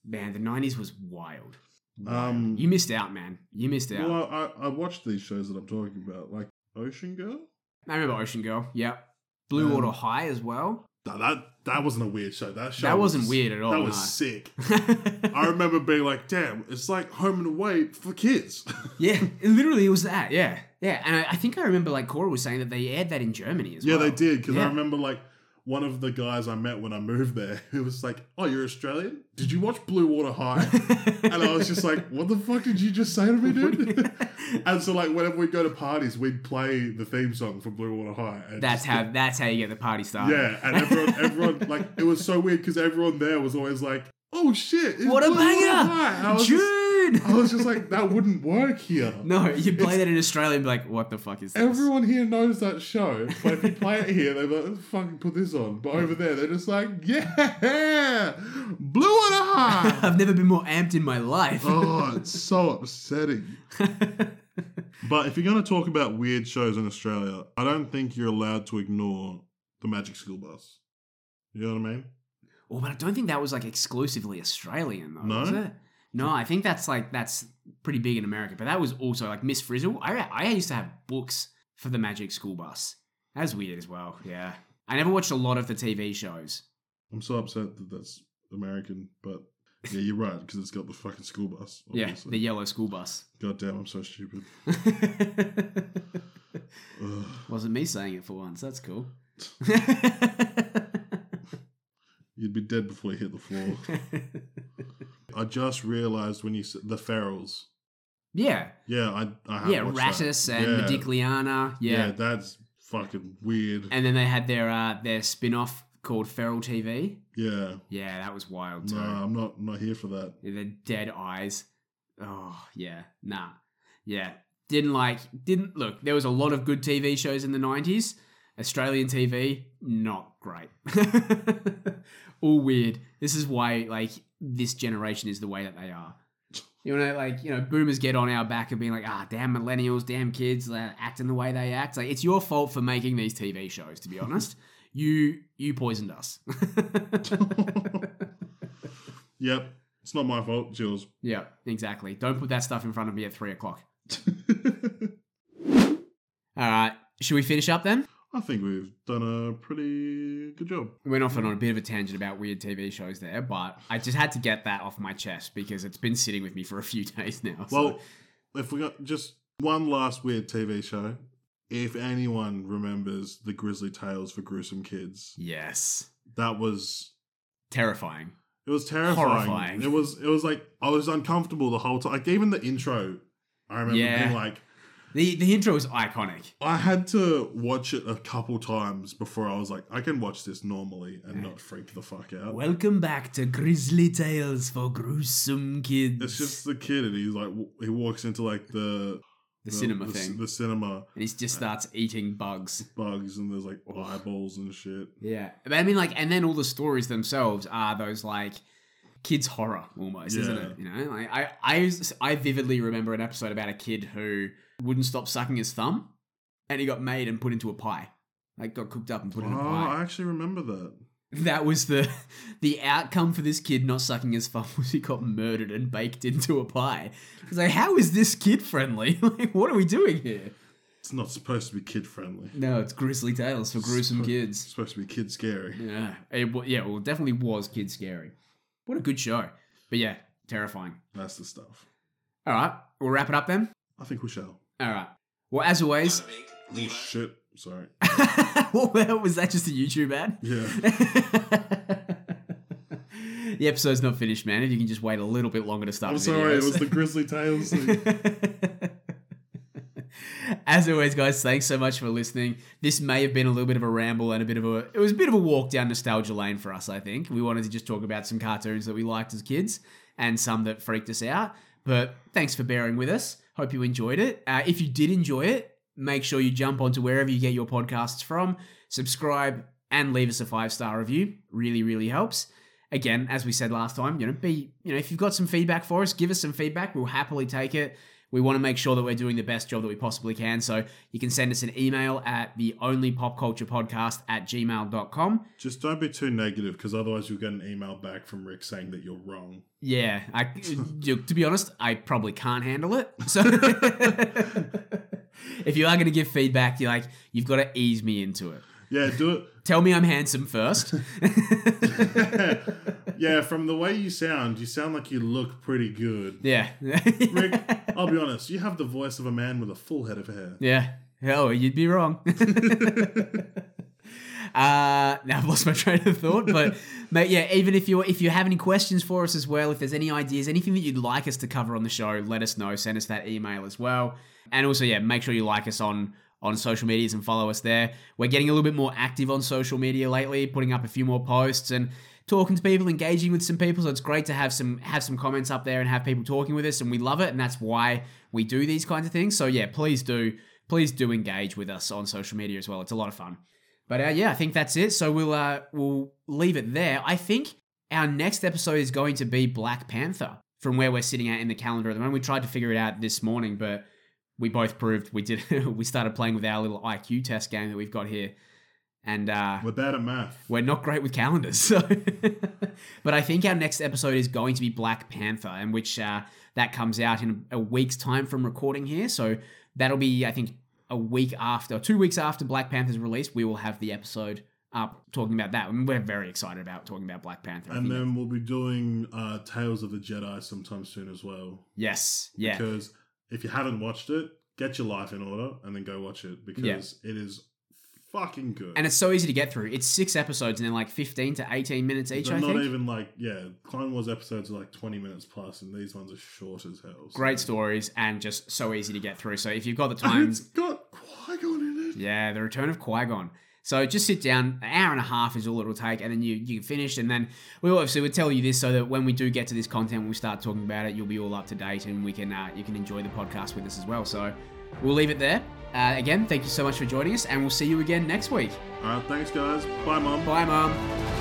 [SPEAKER 1] Man, the 90s was wild. Wild.
[SPEAKER 2] Um,
[SPEAKER 1] you missed out, man. You missed out.
[SPEAKER 2] Well, I, I watched these shows that I'm talking about, like Ocean Girl.
[SPEAKER 1] I remember Ocean Girl. Yep. Blue
[SPEAKER 2] Um,
[SPEAKER 1] Water High as well.
[SPEAKER 2] No, that that wasn't a weird show. That show
[SPEAKER 1] That
[SPEAKER 2] was-
[SPEAKER 1] wasn't weird at all,
[SPEAKER 2] That was
[SPEAKER 1] no.
[SPEAKER 2] sick. I remember being like, "Damn, it's like Home and Away for kids."
[SPEAKER 1] yeah, it literally was that. Yeah, yeah. And I, I think I remember like Cora was saying that they aired that in Germany as
[SPEAKER 2] yeah,
[SPEAKER 1] well.
[SPEAKER 2] they did because I
[SPEAKER 1] Yeah.
[SPEAKER 2] remember like one of the guys I met when I moved there who was like, "Oh, you're Australian? Did you watch Blue Water High?" and I was just like, "What the fuck did you just say to me, dude?" and so like whenever we go to parties, we'd play the theme song from Blue Water High. And
[SPEAKER 1] That's
[SPEAKER 2] just-
[SPEAKER 1] how that's how you get the party started.
[SPEAKER 2] Yeah, and everyone, everyone, like, it was so weird because everyone there was always like, "Oh shit, it's
[SPEAKER 1] What a
[SPEAKER 2] Blue Water
[SPEAKER 1] banger!
[SPEAKER 2] High." And I was just-
[SPEAKER 1] Dude, good.
[SPEAKER 2] I was just like, that wouldn't work here.
[SPEAKER 1] no, you play that in Australia and be like, what the fuck is this?
[SPEAKER 2] Everyone here knows that show, but if you play it here, they're like, "Let's fucking put this on. But over there, they're just like, yeah, blue on a high.
[SPEAKER 1] I've never been more amped in my life.
[SPEAKER 2] oh, it's so upsetting. but if you're going to talk about weird shows in Australia, I don't think you're allowed to ignore the Magic School Bus. You know what I mean?
[SPEAKER 1] Well, but I don't think that was like exclusively Australian though.
[SPEAKER 2] No?
[SPEAKER 1] Was it? No, I think that's like that's pretty big in America. But that was also like Miss Frizzle. I I used to have books for the Magic School Bus. That was weird as well. Yeah, I never watched a lot of the TV shows.
[SPEAKER 2] I'm so upset that that's American, but yeah, you're right because it's got the fucking school bus.
[SPEAKER 1] Yeah, the
[SPEAKER 2] Obviously.
[SPEAKER 1] Yellow School Bus.
[SPEAKER 2] God damn, I'm so stupid. Ugh.
[SPEAKER 1] Wasn't me saying it for once. That's cool.
[SPEAKER 2] You'd be dead before you hit the floor. I just realized when you said the Ferals.
[SPEAKER 1] yeah,
[SPEAKER 2] Yeah, I, I have
[SPEAKER 1] yeah,
[SPEAKER 2] watched that.
[SPEAKER 1] Rattus and
[SPEAKER 2] Yeah.
[SPEAKER 1] Medicliana.
[SPEAKER 2] Yeah.
[SPEAKER 1] yeah,
[SPEAKER 2] that's fucking weird.
[SPEAKER 1] and then they had their uh, their spin off called Feral TV.
[SPEAKER 2] yeah,
[SPEAKER 1] Yeah, that was wild too.
[SPEAKER 2] no, I'm not. I'm not here for that.
[SPEAKER 1] The dead eyes. Oh yeah, nah, yeah. Didn't like. Didn't look. There was a lot of good TV shows in the nineties. Australian TV, not great. All weird. This is why like this generation is the way that they are. You know, like you know, boomers get on our back of being like, ah, damn millennials, damn kids, they're acting the way they act. Like it's your fault for making these TV shows. To be honest, you you poisoned us.
[SPEAKER 2] Yep, it's not my fault. Jules.
[SPEAKER 1] Yeah, exactly. Don't put that stuff in front of me at three o'clock. All right. Should we finish up then?
[SPEAKER 2] I think we've done a pretty good job.
[SPEAKER 1] We went off on a bit of a tangent about weird TV shows there, but I just had to get that off my chest because it's been sitting with me for a few days now. so-
[SPEAKER 2] Well, if we got just one last weird TV show, if anyone remembers the Grizzly Tales for Gruesome Kids,
[SPEAKER 1] yes,
[SPEAKER 2] that was
[SPEAKER 1] terrifying.
[SPEAKER 2] it was terrifying.
[SPEAKER 1] Horrifying.
[SPEAKER 2] It was it was like I was uncomfortable the whole time. Like even the intro, I remember
[SPEAKER 1] Yeah.
[SPEAKER 2] being like,
[SPEAKER 1] The the intro is iconic.
[SPEAKER 2] I had to watch it a couple times before I was like, I can watch this normally and not freak the fuck out.
[SPEAKER 1] Welcome back to Grizzly Tales for Gruesome Kids.
[SPEAKER 2] it's just the kid, and he's like, w- he walks into like the
[SPEAKER 1] the, cinema
[SPEAKER 2] the,
[SPEAKER 1] thing,
[SPEAKER 2] the cinema
[SPEAKER 1] and he just starts eating bugs.
[SPEAKER 2] bugs, and there's like eyeballs and shit.
[SPEAKER 1] Yeah. But I mean, like, and then all the stories themselves are those, like, kids' horror almost, isn't
[SPEAKER 2] Yeah.
[SPEAKER 1] it? You know, like, I, I, I vividly remember an episode about a kid who wouldn't stop sucking his thumb and he got made and put into a pie. Like, got cooked up and put in a
[SPEAKER 2] Oh,
[SPEAKER 1] pie.
[SPEAKER 2] I actually remember that.
[SPEAKER 1] That was the the outcome for this kid not sucking his thumb was he got murdered and baked into a pie. It's like, how is this kid friendly? like, what are we doing here?
[SPEAKER 2] It's not supposed to be kid friendly.
[SPEAKER 1] No, it's grisly tales for gruesome kids.
[SPEAKER 2] It's supposed to be kid scary.
[SPEAKER 1] Yeah, it, wa- yeah, well, it definitely was kid scary. What a good show. But yeah, terrifying.
[SPEAKER 2] That's the stuff.
[SPEAKER 1] All right, we'll wrap it up then.
[SPEAKER 2] I think we shall. Oh,
[SPEAKER 1] All right. Well, as always,
[SPEAKER 2] Shit. Sorry.
[SPEAKER 1] what the hell was that? Just a YouTube ad?
[SPEAKER 2] Yeah.
[SPEAKER 1] the episode's not finished, man. If you can just wait a little bit longer to start.
[SPEAKER 2] I'm
[SPEAKER 1] the
[SPEAKER 2] sorry. It
[SPEAKER 1] videos.
[SPEAKER 2] was the Grizzly Tales thing.
[SPEAKER 1] As always, guys, thanks so much for listening. This may have been a little bit of a ramble and a bit of a it was a bit of a walk down nostalgia lane for us, I think. We wanted to just talk about some cartoons that we liked as kids and some that freaked us out. But thanks for bearing with us. Hope you enjoyed it. Uh, if you did enjoy it, make sure you jump onto wherever you get your podcasts from, subscribe, and leave us a five star review. Really, really helps again, as we said last time, you know, be you know, if you've got some feedback for us, give us some feedback. We'll happily take it. We want to make sure that we're doing the best job that we possibly can. So you can send us an email at the only pop culture podcast at gmail.com.
[SPEAKER 2] Just don't be too negative, because otherwise you'll get an email back from Rick saying that you're wrong.
[SPEAKER 1] Yeah, I to to be honest, I probably can't handle it. So if you are going to give feedback, you're like you've got to ease me into it.
[SPEAKER 2] Yeah, do it.
[SPEAKER 1] Tell me I'm handsome first.
[SPEAKER 2] Yeah, from the way you sound, you sound like you look pretty good.
[SPEAKER 1] yeah.
[SPEAKER 2] Rick, I'll be honest, you have the voice of a man with a full head of hair.
[SPEAKER 1] Yeah. Hell, you'd be wrong. Uh, now I've lost my train of thought, but mate, yeah. Even if you if you have any questions for us as well, if there's any ideas, anything that you'd like us to cover on the show, let us know. Send us that email as well, and also yeah, make sure you like us on on social medias and follow us there. We're getting a little bit more active on social media lately, putting up a few more posts, and talking to people, engaging with some people. So it's great to have some have some comments up there and have people talking with us, and we love it, and that's why we do these kinds of things. So yeah, please do please do engage with us on social media as well. It's a lot of fun. But uh, yeah, I think that's it. So we'll uh, we'll leave it there. I think our next episode is going to be Black Panther from where we're sitting at in the calendar at the moment. We tried to figure it out this morning, but we both proved we did. we started playing with our little IQ test game that we've got here, and uh,
[SPEAKER 2] We're bad at math.
[SPEAKER 1] we're not great with calendars. So, but I think our next episode is going to be Black Panther, and which uh, that comes out in a week's time from recording here. So that'll be, I think, a week after, two weeks after Black Panther's release, we will have the episode up talking about that, and we're very excited about talking about Black Panther. I
[SPEAKER 2] And
[SPEAKER 1] think-
[SPEAKER 2] then we'll be doing uh, Tales of the Jedi sometime soon as well.
[SPEAKER 1] yes, yeah,
[SPEAKER 2] Because if you haven't watched it, get your life in order and then go watch it because it is fucking good.
[SPEAKER 1] and it's so easy to get through. It's six episodes, and they're like fifteen to eighteen minutes each.
[SPEAKER 2] They're
[SPEAKER 1] I
[SPEAKER 2] not
[SPEAKER 1] think.
[SPEAKER 2] even like yeah, Clone Wars episodes are like twenty minutes plus, and these ones are short as hell. so-
[SPEAKER 1] Great stories and just so easy to get through. So if you've got the
[SPEAKER 2] And
[SPEAKER 1] time,
[SPEAKER 2] it's got Qui Gon in it.
[SPEAKER 1] Yeah, the return of Qui Gon. So just sit down. An hour and a half is all it'll take, and then you you finished. And then we obviously would tell you this so that when we do get to this content, when we start talking about it, you'll be all up to date, and we can uh, you can enjoy the podcast with us as well. So we'll leave it there. Uh, again, thank you so much for joining us, and we'll see you again next week.
[SPEAKER 2] All right, thanks guys. Bye, mum.
[SPEAKER 1] Bye, mom.